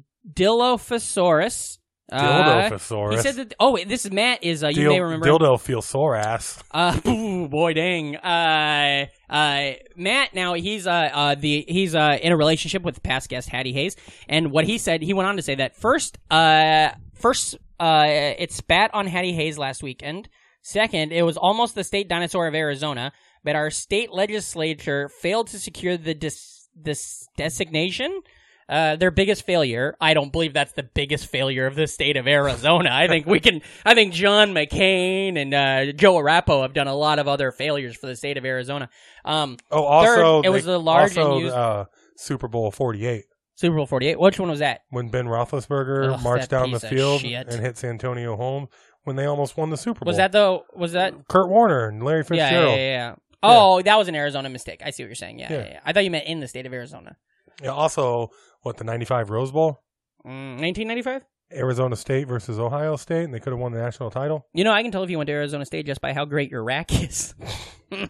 [SPEAKER 1] Dilophosaurus. Uh,
[SPEAKER 3] Dilophosaurus.
[SPEAKER 1] he said that. Oh, wait, this is Matt. Is uh, you
[SPEAKER 3] Dil-
[SPEAKER 1] may remember
[SPEAKER 3] dildo feel sore ass.
[SPEAKER 1] uh, ooh, boy, dang. Uh, uh, Matt. Now he's uh, uh the he's uh in a relationship with past guest Hattie Hayes, and what he said, he went on to say that first, uh, first, uh, it spat on Hattie Hayes last weekend. Second, it was almost the state dinosaur of Arizona, but our state legislature failed to secure the dis- this designation. Uh, their biggest failure. I don't believe that's the biggest failure of the state of Arizona. I think we can. I think John McCain and uh, Joe Arapo have done a lot of other failures for the state of Arizona. Um,
[SPEAKER 3] Oh, also
[SPEAKER 1] Third, it was
[SPEAKER 3] they-
[SPEAKER 1] a large
[SPEAKER 3] also,
[SPEAKER 1] and used-
[SPEAKER 3] uh, Super Bowl forty eight.
[SPEAKER 1] Super Bowl forty eight. Which one was that?
[SPEAKER 3] when Ben Roethlisberger
[SPEAKER 1] Ugh,
[SPEAKER 3] marched
[SPEAKER 1] that
[SPEAKER 3] down the
[SPEAKER 1] piece of
[SPEAKER 3] field
[SPEAKER 1] shit.
[SPEAKER 3] and hits Antonio Holmes when they almost won the Super Bowl.
[SPEAKER 1] Was that the? Was that?
[SPEAKER 3] Kurt Warner and Larry
[SPEAKER 1] Yeah, yeah,
[SPEAKER 3] Fitzgerald?
[SPEAKER 1] yeah, yeah. Oh, that was an Arizona mistake. I see what you're saying. Yeah, yeah.
[SPEAKER 3] Yeah.
[SPEAKER 1] yeah. I thought you meant in the state of Arizona.
[SPEAKER 3] Yeah, Also, what the '95 Rose Bowl,
[SPEAKER 1] Mm, 1995.
[SPEAKER 3] Arizona State versus Ohio State, and they could have won the national title.
[SPEAKER 1] You know, I can tell if you went to Arizona State just by how great your rack is.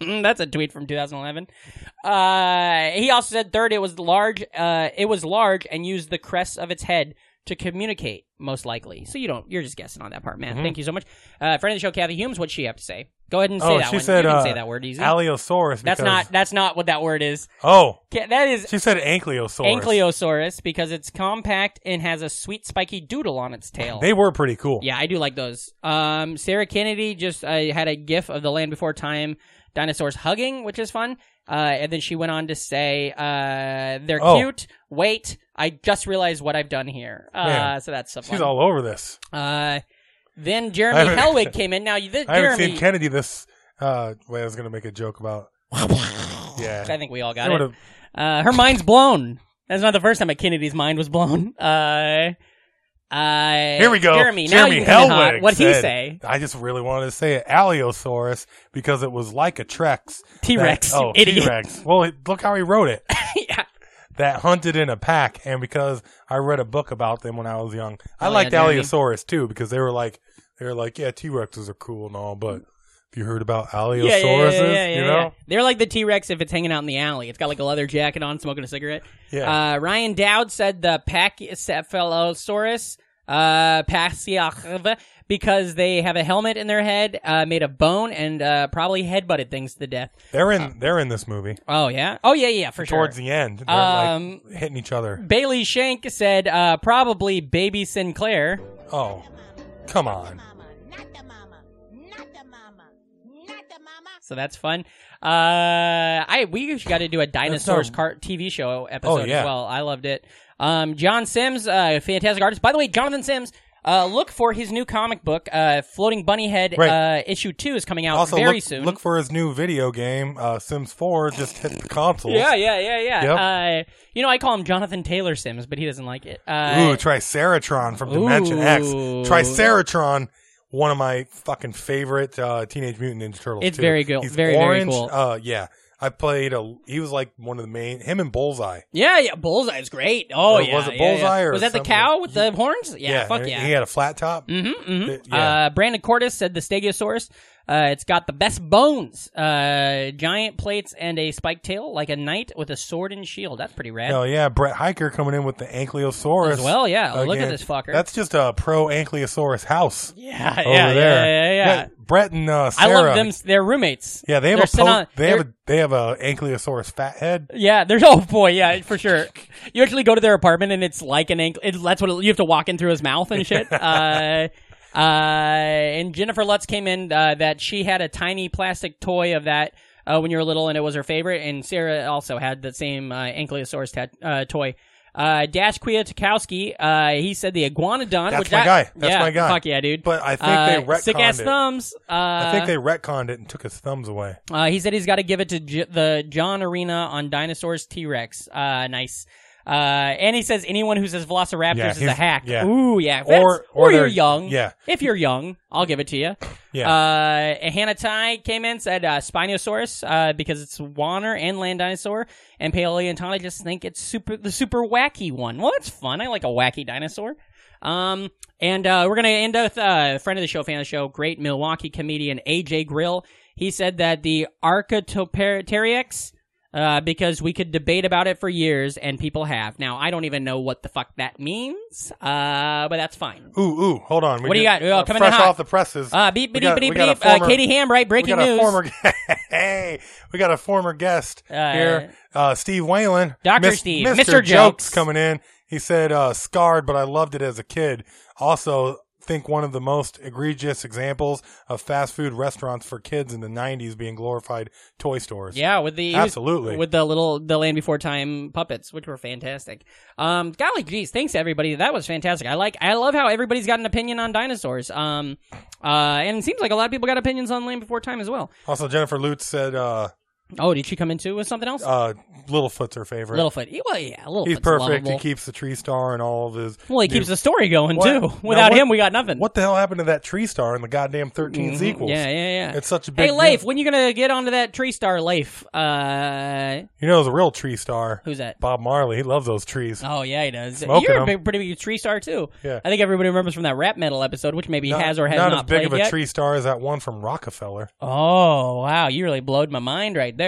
[SPEAKER 1] That's a tweet from 2011. Uh, he also said third, it was large. Uh, it was large and used the crest of its head to communicate, most likely. So you don't. You're just guessing on that part, man.
[SPEAKER 3] Mhm.
[SPEAKER 1] Thank you so much, uh, friend of the show, Kathy Humes. What she have to say? Go ahead and say
[SPEAKER 3] Oh,
[SPEAKER 1] that
[SPEAKER 3] she
[SPEAKER 1] one.
[SPEAKER 3] said,
[SPEAKER 1] you can
[SPEAKER 3] uh,
[SPEAKER 1] say that word easy.
[SPEAKER 3] Allosaurus.
[SPEAKER 1] that's
[SPEAKER 3] because-
[SPEAKER 1] not. That's not what that word is.
[SPEAKER 3] Oh,
[SPEAKER 1] Ca- That is
[SPEAKER 3] she said Ankylosaurus.
[SPEAKER 1] ankylosaurus because it's compact and has a sweet spiky doodle on its tail.
[SPEAKER 3] They were pretty cool.
[SPEAKER 1] Yeah, I do like those. Um, Sarah Kennedy just uh, had a gif of the Land Before Time dinosaurs hugging, which is fun. Uh, and then she went on to say, uh, "They're
[SPEAKER 3] Oh.
[SPEAKER 1] cute. Wait, I just realized what I've done here." Uh,
[SPEAKER 3] Man,
[SPEAKER 1] so that's so
[SPEAKER 3] She's
[SPEAKER 1] fun.
[SPEAKER 3] all over this.
[SPEAKER 1] uh, then
[SPEAKER 3] I
[SPEAKER 1] Jeremy
[SPEAKER 3] haven't-
[SPEAKER 1] Helwig came in. Now, you- this,
[SPEAKER 3] I haven't
[SPEAKER 1] Jeremy,
[SPEAKER 3] seen Kennedy this. Uh, wait, I was gonna make a joke about. yeah,
[SPEAKER 1] I think we all
[SPEAKER 3] They
[SPEAKER 1] got it.
[SPEAKER 3] would've-
[SPEAKER 1] Uh, her mind's blown. That's not the first time a Kennedy's mind was blown. Uh, uh,
[SPEAKER 3] Here we go.
[SPEAKER 1] Jeremy, now
[SPEAKER 3] Jeremy
[SPEAKER 1] you come in hot.
[SPEAKER 3] Helwig
[SPEAKER 1] What'd he
[SPEAKER 3] said-
[SPEAKER 1] say?
[SPEAKER 3] I just really wanted to say it, Allosaurus, because it was like a Trex.
[SPEAKER 1] T Rex.
[SPEAKER 3] That- Oh,
[SPEAKER 1] idiot.
[SPEAKER 3] T-Rex. Well, it, look how he wrote it.
[SPEAKER 1] Yeah.
[SPEAKER 3] That hunted in a pack, and because I read a book about them when I was young, I
[SPEAKER 1] Oh,
[SPEAKER 3] liked
[SPEAKER 1] yeah, Jeremy.
[SPEAKER 3] Allosaurus too because they were like, they were like, yeah, T Rexes are cool and all, but have you heard about Allosauruses?
[SPEAKER 1] Yeah, yeah, yeah, yeah, yeah,
[SPEAKER 3] you
[SPEAKER 1] yeah.
[SPEAKER 3] know,
[SPEAKER 1] They're like the T Rex if it's hanging out in the alley. It's got like a leather jacket on, smoking a cigarette.
[SPEAKER 3] yeah.
[SPEAKER 1] Uh, Ryan Dowd said the Pachycephalosaurus uh, Pachyarchva, because they have a helmet in their head uh, made of bone and uh, probably headbutted things to death.
[SPEAKER 3] they're in they're in this movie
[SPEAKER 1] Oh, yeah? Oh, yeah, yeah, for
[SPEAKER 3] towards
[SPEAKER 1] uh, sure.
[SPEAKER 3] the end. They're
[SPEAKER 1] Um,
[SPEAKER 3] like hitting each other.
[SPEAKER 1] Bailey Shank said uh, probably Baby Sinclair.
[SPEAKER 3] Oh, come on.
[SPEAKER 1] So that's fun. Uh, I we got to do a dinosaurs
[SPEAKER 3] not-
[SPEAKER 1] cart TV show episode
[SPEAKER 3] Oh, yeah.
[SPEAKER 1] as well. I loved it. Um, John Sims, uh, fantastic artist. By the way, Jonathan Sims, uh, look for his new comic book, uh, Floating Bunny Head.
[SPEAKER 3] Right.
[SPEAKER 1] Uh, issue two is coming out
[SPEAKER 3] Also,
[SPEAKER 1] very
[SPEAKER 3] look,
[SPEAKER 1] soon.
[SPEAKER 3] look for his new video game, uh, Sims Four. Just hit the console.
[SPEAKER 1] yeah, yeah, yeah, yeah. Uh, you know, I call him Jonathan Taylor Sims, but he doesn't like it.
[SPEAKER 3] Ooh,
[SPEAKER 1] Uh,
[SPEAKER 3] Triceratron from Dimension X.
[SPEAKER 1] Ooh.
[SPEAKER 3] Triceratron, one of my fucking favorite uh, Teenage Mutant Ninja Turtles.
[SPEAKER 1] It's
[SPEAKER 3] too.
[SPEAKER 1] very cool-
[SPEAKER 3] He's
[SPEAKER 1] very, very
[SPEAKER 3] orange.
[SPEAKER 1] cool.
[SPEAKER 3] Uh, yeah, I played a. He was like one of the main. Him and Bullseye.
[SPEAKER 1] yeah, yeah. Bullseye's great. Oh
[SPEAKER 3] Or
[SPEAKER 1] yeah,
[SPEAKER 3] was it
[SPEAKER 1] yeah, yeah.
[SPEAKER 3] Bullseye or
[SPEAKER 1] was that the
[SPEAKER 3] something?
[SPEAKER 1] cow with the horns? Yeah, fuck
[SPEAKER 3] and
[SPEAKER 1] yeah.
[SPEAKER 3] He had a flat top.
[SPEAKER 1] Mm-hmm,
[SPEAKER 3] Th-
[SPEAKER 1] mm-hmm.
[SPEAKER 3] yeah.
[SPEAKER 1] Uh, Brandon Cortis said the Stegosaurus. Uh, it's got the best bones, uh, giant plates, and a spiked tail, like a knight with a sword and shield. That's pretty rad.
[SPEAKER 3] Hell yeah, Brett Hiker coming in with the Ankylosaurus.
[SPEAKER 1] As well, yeah. Oh, Look at
[SPEAKER 3] again.
[SPEAKER 1] this fucker.
[SPEAKER 3] That's just a pro Ankylosaurus house
[SPEAKER 1] yeah,
[SPEAKER 3] over
[SPEAKER 1] yeah,
[SPEAKER 3] there.
[SPEAKER 1] yeah, yeah, yeah.
[SPEAKER 3] Brett and uh,
[SPEAKER 1] I
[SPEAKER 3] Sarah.
[SPEAKER 1] love them. They're roommates.
[SPEAKER 3] Yeah, they have
[SPEAKER 1] They're
[SPEAKER 3] a po-
[SPEAKER 1] sitting on-
[SPEAKER 3] they have
[SPEAKER 1] they're-
[SPEAKER 3] a they have a Ankylosaurus fat head.
[SPEAKER 1] Yeah, there's oh boy, yeah, for sure. You actually go to their apartment and it's like an ankle. It, that's what it, you have to walk in through his mouth and shit. uh, uh, and Jennifer Lutz came in uh, that she had a tiny plastic toy of that. uh, when you were little, and it was her favorite. And Sarah also had the same uh, ankylosaurus tat- uh, toy. Uh, Dash Quia Tikowski, uh, he said the iguanodon.
[SPEAKER 3] That's
[SPEAKER 1] which
[SPEAKER 3] my
[SPEAKER 1] that-
[SPEAKER 3] guy. That's
[SPEAKER 1] yeah,
[SPEAKER 3] my guy.
[SPEAKER 1] Fuck yeah, dude.
[SPEAKER 3] But I think they retconned
[SPEAKER 1] sick ass
[SPEAKER 3] it.
[SPEAKER 1] thumbs. Uh,
[SPEAKER 3] I think they retconned it and took his thumbs away.
[SPEAKER 1] uh, he said he's got to give it to J- the John Arena on Dinosaurs T Rex. Uh, nice. Uh, and he says anyone who says Velociraptors
[SPEAKER 3] Yeah,
[SPEAKER 1] is a
[SPEAKER 3] he's-
[SPEAKER 1] hack.
[SPEAKER 3] yeah.
[SPEAKER 1] Ooh, yeah.
[SPEAKER 3] Or-
[SPEAKER 1] That's-
[SPEAKER 3] or
[SPEAKER 1] you're
[SPEAKER 3] they're-
[SPEAKER 1] young.
[SPEAKER 3] yeah.
[SPEAKER 1] If you're young, I'll give it to you.
[SPEAKER 3] Yeah.
[SPEAKER 1] Uh, Hannah Ty came in said uh, Spinosaurus uh, because it's Warner and land dinosaur, and paleontologists think it's super the super wacky one. Well, that's fun. I like a wacky dinosaur. Um, and uh, we're gonna end with uh, a friend of the show, fan of the show, great Milwaukee comedian AJ Grill. He said that the Architopteryx. Uh, because we could debate about it for years, and people have. Now, I don't even know what the fuck that means, uh, but that's fine.
[SPEAKER 3] Ooh, ooh, hold on. We
[SPEAKER 1] What do you
[SPEAKER 3] did-
[SPEAKER 1] got? Oh,
[SPEAKER 3] uh,
[SPEAKER 1] coming in
[SPEAKER 3] fresh
[SPEAKER 1] hot.
[SPEAKER 3] off the presses.
[SPEAKER 1] Uh, beep,
[SPEAKER 3] we
[SPEAKER 1] beep,
[SPEAKER 3] got-
[SPEAKER 1] beep,
[SPEAKER 3] we got a
[SPEAKER 1] beep. Uh,
[SPEAKER 3] former-
[SPEAKER 1] Katie Ham, right?
[SPEAKER 3] we
[SPEAKER 1] Breaking
[SPEAKER 3] got a
[SPEAKER 1] news.
[SPEAKER 3] former. hey, we got a former guest
[SPEAKER 1] Uh,
[SPEAKER 3] here, uh, Steve Whalen,
[SPEAKER 1] Dr. Steve.
[SPEAKER 3] Mr.
[SPEAKER 1] Mr.
[SPEAKER 3] Jokes.
[SPEAKER 1] Jokes.
[SPEAKER 3] coming in. He said, uh, "Scarred, but I loved it as a kid." Also, think one of the most egregious examples of fast food restaurants for kids in the '90s being glorified toy stores.
[SPEAKER 1] Yeah, with the he was-
[SPEAKER 3] Absolutely.
[SPEAKER 1] with the little the Land Before Time puppets, which were fantastic. Um, golly, geez, thanks everybody. That was fantastic. I like, I love how everybody's got an opinion on dinosaurs. Um, uh, and it seems like a lot of people got opinions on Land Before Time as well.
[SPEAKER 3] Also, Jennifer Lutz said, uh,
[SPEAKER 1] Oh, did she come into with something else?
[SPEAKER 3] uh, "Littlefoot's her favorite.
[SPEAKER 1] Littlefoot. He- Well, yeah, Littlefoot's
[SPEAKER 3] He's perfect. He
[SPEAKER 1] lovable.
[SPEAKER 3] keeps the tree star and all of his.
[SPEAKER 1] well, he keeps the story going
[SPEAKER 3] What-
[SPEAKER 1] too.
[SPEAKER 3] now
[SPEAKER 1] Without
[SPEAKER 3] what-
[SPEAKER 1] him, we got nothing.
[SPEAKER 3] What the hell happened to that tree star in the goddamn 13 sequels?
[SPEAKER 1] Mm-hmm. Yeah, yeah, yeah.
[SPEAKER 3] It's such a big.
[SPEAKER 1] Hey, Leif,
[SPEAKER 3] deal.
[SPEAKER 1] when you gonna get onto that tree star, Leif? Uh,
[SPEAKER 3] You know, the real tree star.
[SPEAKER 1] who's that?
[SPEAKER 3] Bob Marley. He loves those trees.
[SPEAKER 1] Oh yeah, he does.
[SPEAKER 3] Smoking
[SPEAKER 1] You're a
[SPEAKER 3] 'em.
[SPEAKER 1] big, pretty big tree star too.
[SPEAKER 3] Yeah.
[SPEAKER 1] I think everybody remembers from that rap metal episode, which maybe he has or has not,
[SPEAKER 3] not as big
[SPEAKER 1] played
[SPEAKER 3] of a
[SPEAKER 1] yet.
[SPEAKER 3] tree star as that one from Rockefeller.
[SPEAKER 1] Oh wow, you really blowed my mind right there.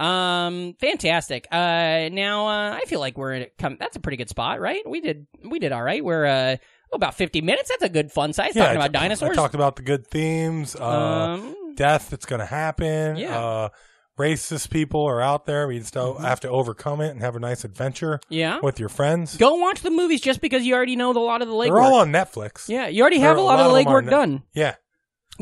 [SPEAKER 1] Um, fantastic. Uh, now uh, I feel like we're at come. That's a pretty good spot, right? We did we did all right. We're uh about fifty minutes. That's a good fun size
[SPEAKER 3] Yeah,
[SPEAKER 1] talking
[SPEAKER 3] I
[SPEAKER 1] about
[SPEAKER 3] t- I
[SPEAKER 1] dinosaurs.
[SPEAKER 3] talked about the good themes. Uh,
[SPEAKER 1] um,
[SPEAKER 3] death that's going to happen.
[SPEAKER 1] Yeah. Mm-hmm.
[SPEAKER 3] Uh, racist people are out there. We still have to overcome it and have a nice adventure
[SPEAKER 1] yeah.
[SPEAKER 3] with your friends.
[SPEAKER 1] Go watch the movies just because you already know the lot of the
[SPEAKER 3] They're
[SPEAKER 1] legwork.
[SPEAKER 3] all on Netflix.
[SPEAKER 1] yeah, you already
[SPEAKER 3] There
[SPEAKER 1] have
[SPEAKER 3] are
[SPEAKER 1] a lot, of the
[SPEAKER 3] them on
[SPEAKER 1] legwork
[SPEAKER 3] Net-
[SPEAKER 1] done.
[SPEAKER 3] Yeah.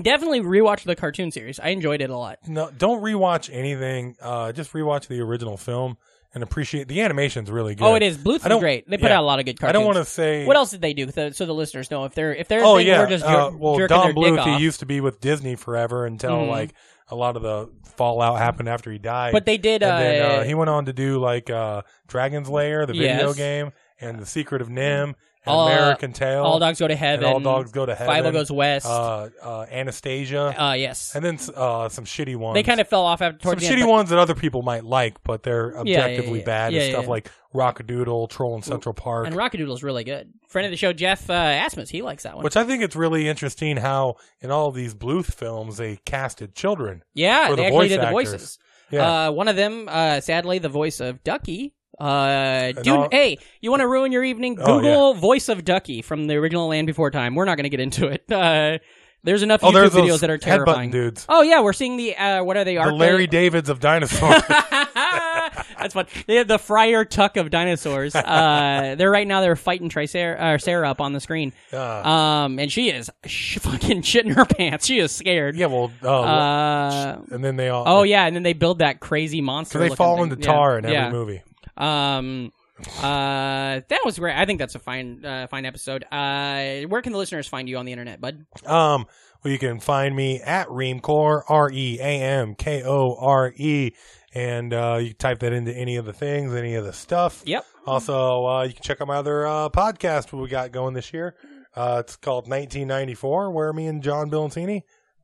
[SPEAKER 1] Definitely rewatch the cartoon series. I enjoyed it a lot.
[SPEAKER 3] No, don't rewatch anything. Uh, just rewatch the original film and appreciate the animation's really good.
[SPEAKER 1] Oh, it is. Bluth's
[SPEAKER 3] I don't-
[SPEAKER 1] great. They put
[SPEAKER 3] yeah.
[SPEAKER 1] out a lot of good cartoons.
[SPEAKER 3] I don't want to say
[SPEAKER 1] What else did they do? So- So the listeners know if they're if they're
[SPEAKER 3] Oh
[SPEAKER 1] thinking
[SPEAKER 3] yeah,
[SPEAKER 1] we're just jer-
[SPEAKER 3] uh, well,
[SPEAKER 1] jerking
[SPEAKER 3] Don
[SPEAKER 1] their dick
[SPEAKER 3] Bluth he
[SPEAKER 1] off.
[SPEAKER 3] used to be with Disney forever until
[SPEAKER 1] Mhm.
[SPEAKER 3] like a lot of the fallout happened after he died.
[SPEAKER 1] but they did.
[SPEAKER 3] and
[SPEAKER 1] uh,
[SPEAKER 3] then, uh, he went on to do like uh, Dragon's Lair, the video
[SPEAKER 1] Yes.
[SPEAKER 3] game, and The Secret of Nim, and
[SPEAKER 1] All-
[SPEAKER 3] American Tail,
[SPEAKER 1] all dogs go to
[SPEAKER 3] and
[SPEAKER 1] heaven.
[SPEAKER 3] All Dogs Go to Heaven,
[SPEAKER 1] Five Goes west. Uh,
[SPEAKER 3] uh, uh, Anastasia,
[SPEAKER 1] yes,
[SPEAKER 3] and then uh, some shitty ones.
[SPEAKER 1] they kind of fell off after
[SPEAKER 3] some
[SPEAKER 1] towards the
[SPEAKER 3] shitty
[SPEAKER 1] end,
[SPEAKER 3] ones that other people might like, but they're
[SPEAKER 1] yeah,
[SPEAKER 3] objectively
[SPEAKER 1] yeah.
[SPEAKER 3] bad
[SPEAKER 1] Yeah,
[SPEAKER 3] and stuff
[SPEAKER 1] yeah.
[SPEAKER 3] like Rockadoodle, Troll in Central Park,
[SPEAKER 1] but- And Rockadoodle's really good. Friend of the show, Jeff uh, Asmus, he likes that one.
[SPEAKER 3] which I think it's really interesting how in all of these Bluth films they casted children.
[SPEAKER 1] yeah, they
[SPEAKER 3] for the
[SPEAKER 1] actually
[SPEAKER 3] voice
[SPEAKER 1] did the
[SPEAKER 3] actors.
[SPEAKER 1] voices.
[SPEAKER 3] Yeah.
[SPEAKER 1] Uh, one of them, uh, sadly, the voice of Ducky. Uh, dude,
[SPEAKER 3] all-
[SPEAKER 1] hey, you want to ruin your evening?
[SPEAKER 3] Oh,
[SPEAKER 1] Google voice of Ducky from the original Land Before Time. We're not going to get into it. Uh, there's enough
[SPEAKER 3] oh,
[SPEAKER 1] YouTube
[SPEAKER 3] there's
[SPEAKER 1] videos
[SPEAKER 3] those
[SPEAKER 1] that are
[SPEAKER 3] headbutton
[SPEAKER 1] terrifying.
[SPEAKER 3] dudes.
[SPEAKER 1] Oh yeah, we're seeing the uh, what are they?
[SPEAKER 3] the
[SPEAKER 1] Arc-
[SPEAKER 3] Larry Davids of dinosaurs.
[SPEAKER 1] That's fun. They have the Friar Tuck of dinosaurs. Uh, they're right now they're fighting Tricer- uh, Sarah up on the screen. Um, and she is sh- fucking shitting her pants. She is scared.
[SPEAKER 3] yeah, well, uh,
[SPEAKER 1] Uh,
[SPEAKER 3] and then they all.
[SPEAKER 1] oh yeah, and then they build that crazy monster.
[SPEAKER 3] so they
[SPEAKER 1] looking
[SPEAKER 3] fall
[SPEAKER 1] thing.
[SPEAKER 3] into
[SPEAKER 1] Yeah,
[SPEAKER 3] tar in every
[SPEAKER 1] yeah.
[SPEAKER 3] movie.
[SPEAKER 1] Um, uh, that was great. I think that's a fine, uh, fine episode. Uh, where can the listeners find you on the internet, bud?
[SPEAKER 3] Um, well, you can find me at Reamcore, R E A M K O R E, and uh, you can type that into any of the things, any of the stuff.
[SPEAKER 1] Yep.
[SPEAKER 3] Also, uh, you can check out my other uh, podcast we got going this year. Uh, it's called 1994, where me and John Billantini,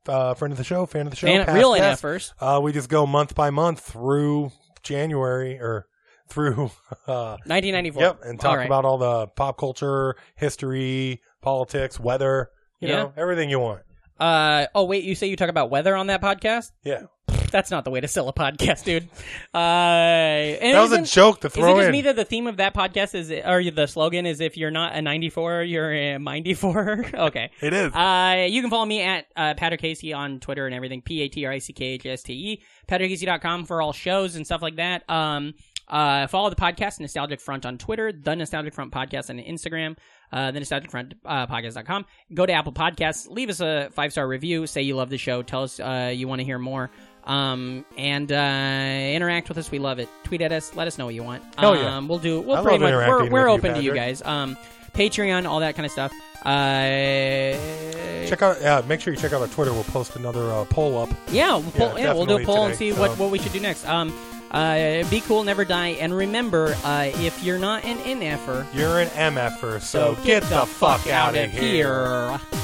[SPEAKER 3] uh, friend of the show, fan of the show,
[SPEAKER 1] And
[SPEAKER 3] past
[SPEAKER 1] real
[SPEAKER 3] guest,
[SPEAKER 1] NF first.
[SPEAKER 3] Uh, we just go month by month through January or through. Uh,
[SPEAKER 1] 1994.
[SPEAKER 3] yep, and talk
[SPEAKER 1] All right.
[SPEAKER 3] about all the pop culture, history, politics, weather. You
[SPEAKER 1] Yeah.
[SPEAKER 3] know, everything you want.
[SPEAKER 1] Uh, oh wait, you say you talk about weather on that podcast?
[SPEAKER 3] Yeah,
[SPEAKER 1] That's not the way to sell a podcast, dude. Uh, and
[SPEAKER 3] that was a
[SPEAKER 1] isn't-
[SPEAKER 3] joke to
[SPEAKER 1] Is it
[SPEAKER 3] throw
[SPEAKER 1] just
[SPEAKER 3] in.
[SPEAKER 1] me that the theme of that podcast is, or the slogan is, if you're not a 94, you're a 94? okay.
[SPEAKER 3] it is.
[SPEAKER 1] Uh, you can follow me at uh, Patrick Casey on Twitter and everything. P A T R I C K H S T E. PatrickCasey.com for all shows and stuff like that. Um, uh, follow the podcast Nostalgic Front on Twitter, the Nostalgic Front podcast on Instagram, uh, the Nostalgic Front uh, podcast.com. Go to Apple Podcasts, leave us a five star review, say you love the show, tell us uh, you want to hear more. Um, and uh, interact with us. We love it. Tweet at us. Let us know what you want.
[SPEAKER 3] Hell
[SPEAKER 1] um,
[SPEAKER 3] yeah.
[SPEAKER 1] We'll do. We'll
[SPEAKER 3] I
[SPEAKER 1] pretty
[SPEAKER 3] love
[SPEAKER 1] much. We're,
[SPEAKER 3] interacting
[SPEAKER 1] we're
[SPEAKER 3] with you,
[SPEAKER 1] open to you
[SPEAKER 3] Patrick.
[SPEAKER 1] guys. Um, Patreon, all that kind of stuff. Uh,
[SPEAKER 3] Check out, yeah, make sure you check out our Twitter. We'll post another uh, poll up.
[SPEAKER 1] Yeah, we'll, poll,
[SPEAKER 3] Yeah,
[SPEAKER 1] yeah, we'll do a
[SPEAKER 3] definitely
[SPEAKER 1] poll and
[SPEAKER 3] today,
[SPEAKER 1] see what,
[SPEAKER 3] so.
[SPEAKER 1] what we should do next. Um, uh, be cool, never die, and remember, uh, if you're not an NFer,
[SPEAKER 3] You're an MFer, so, get, the, fuck out of here.
[SPEAKER 1] here.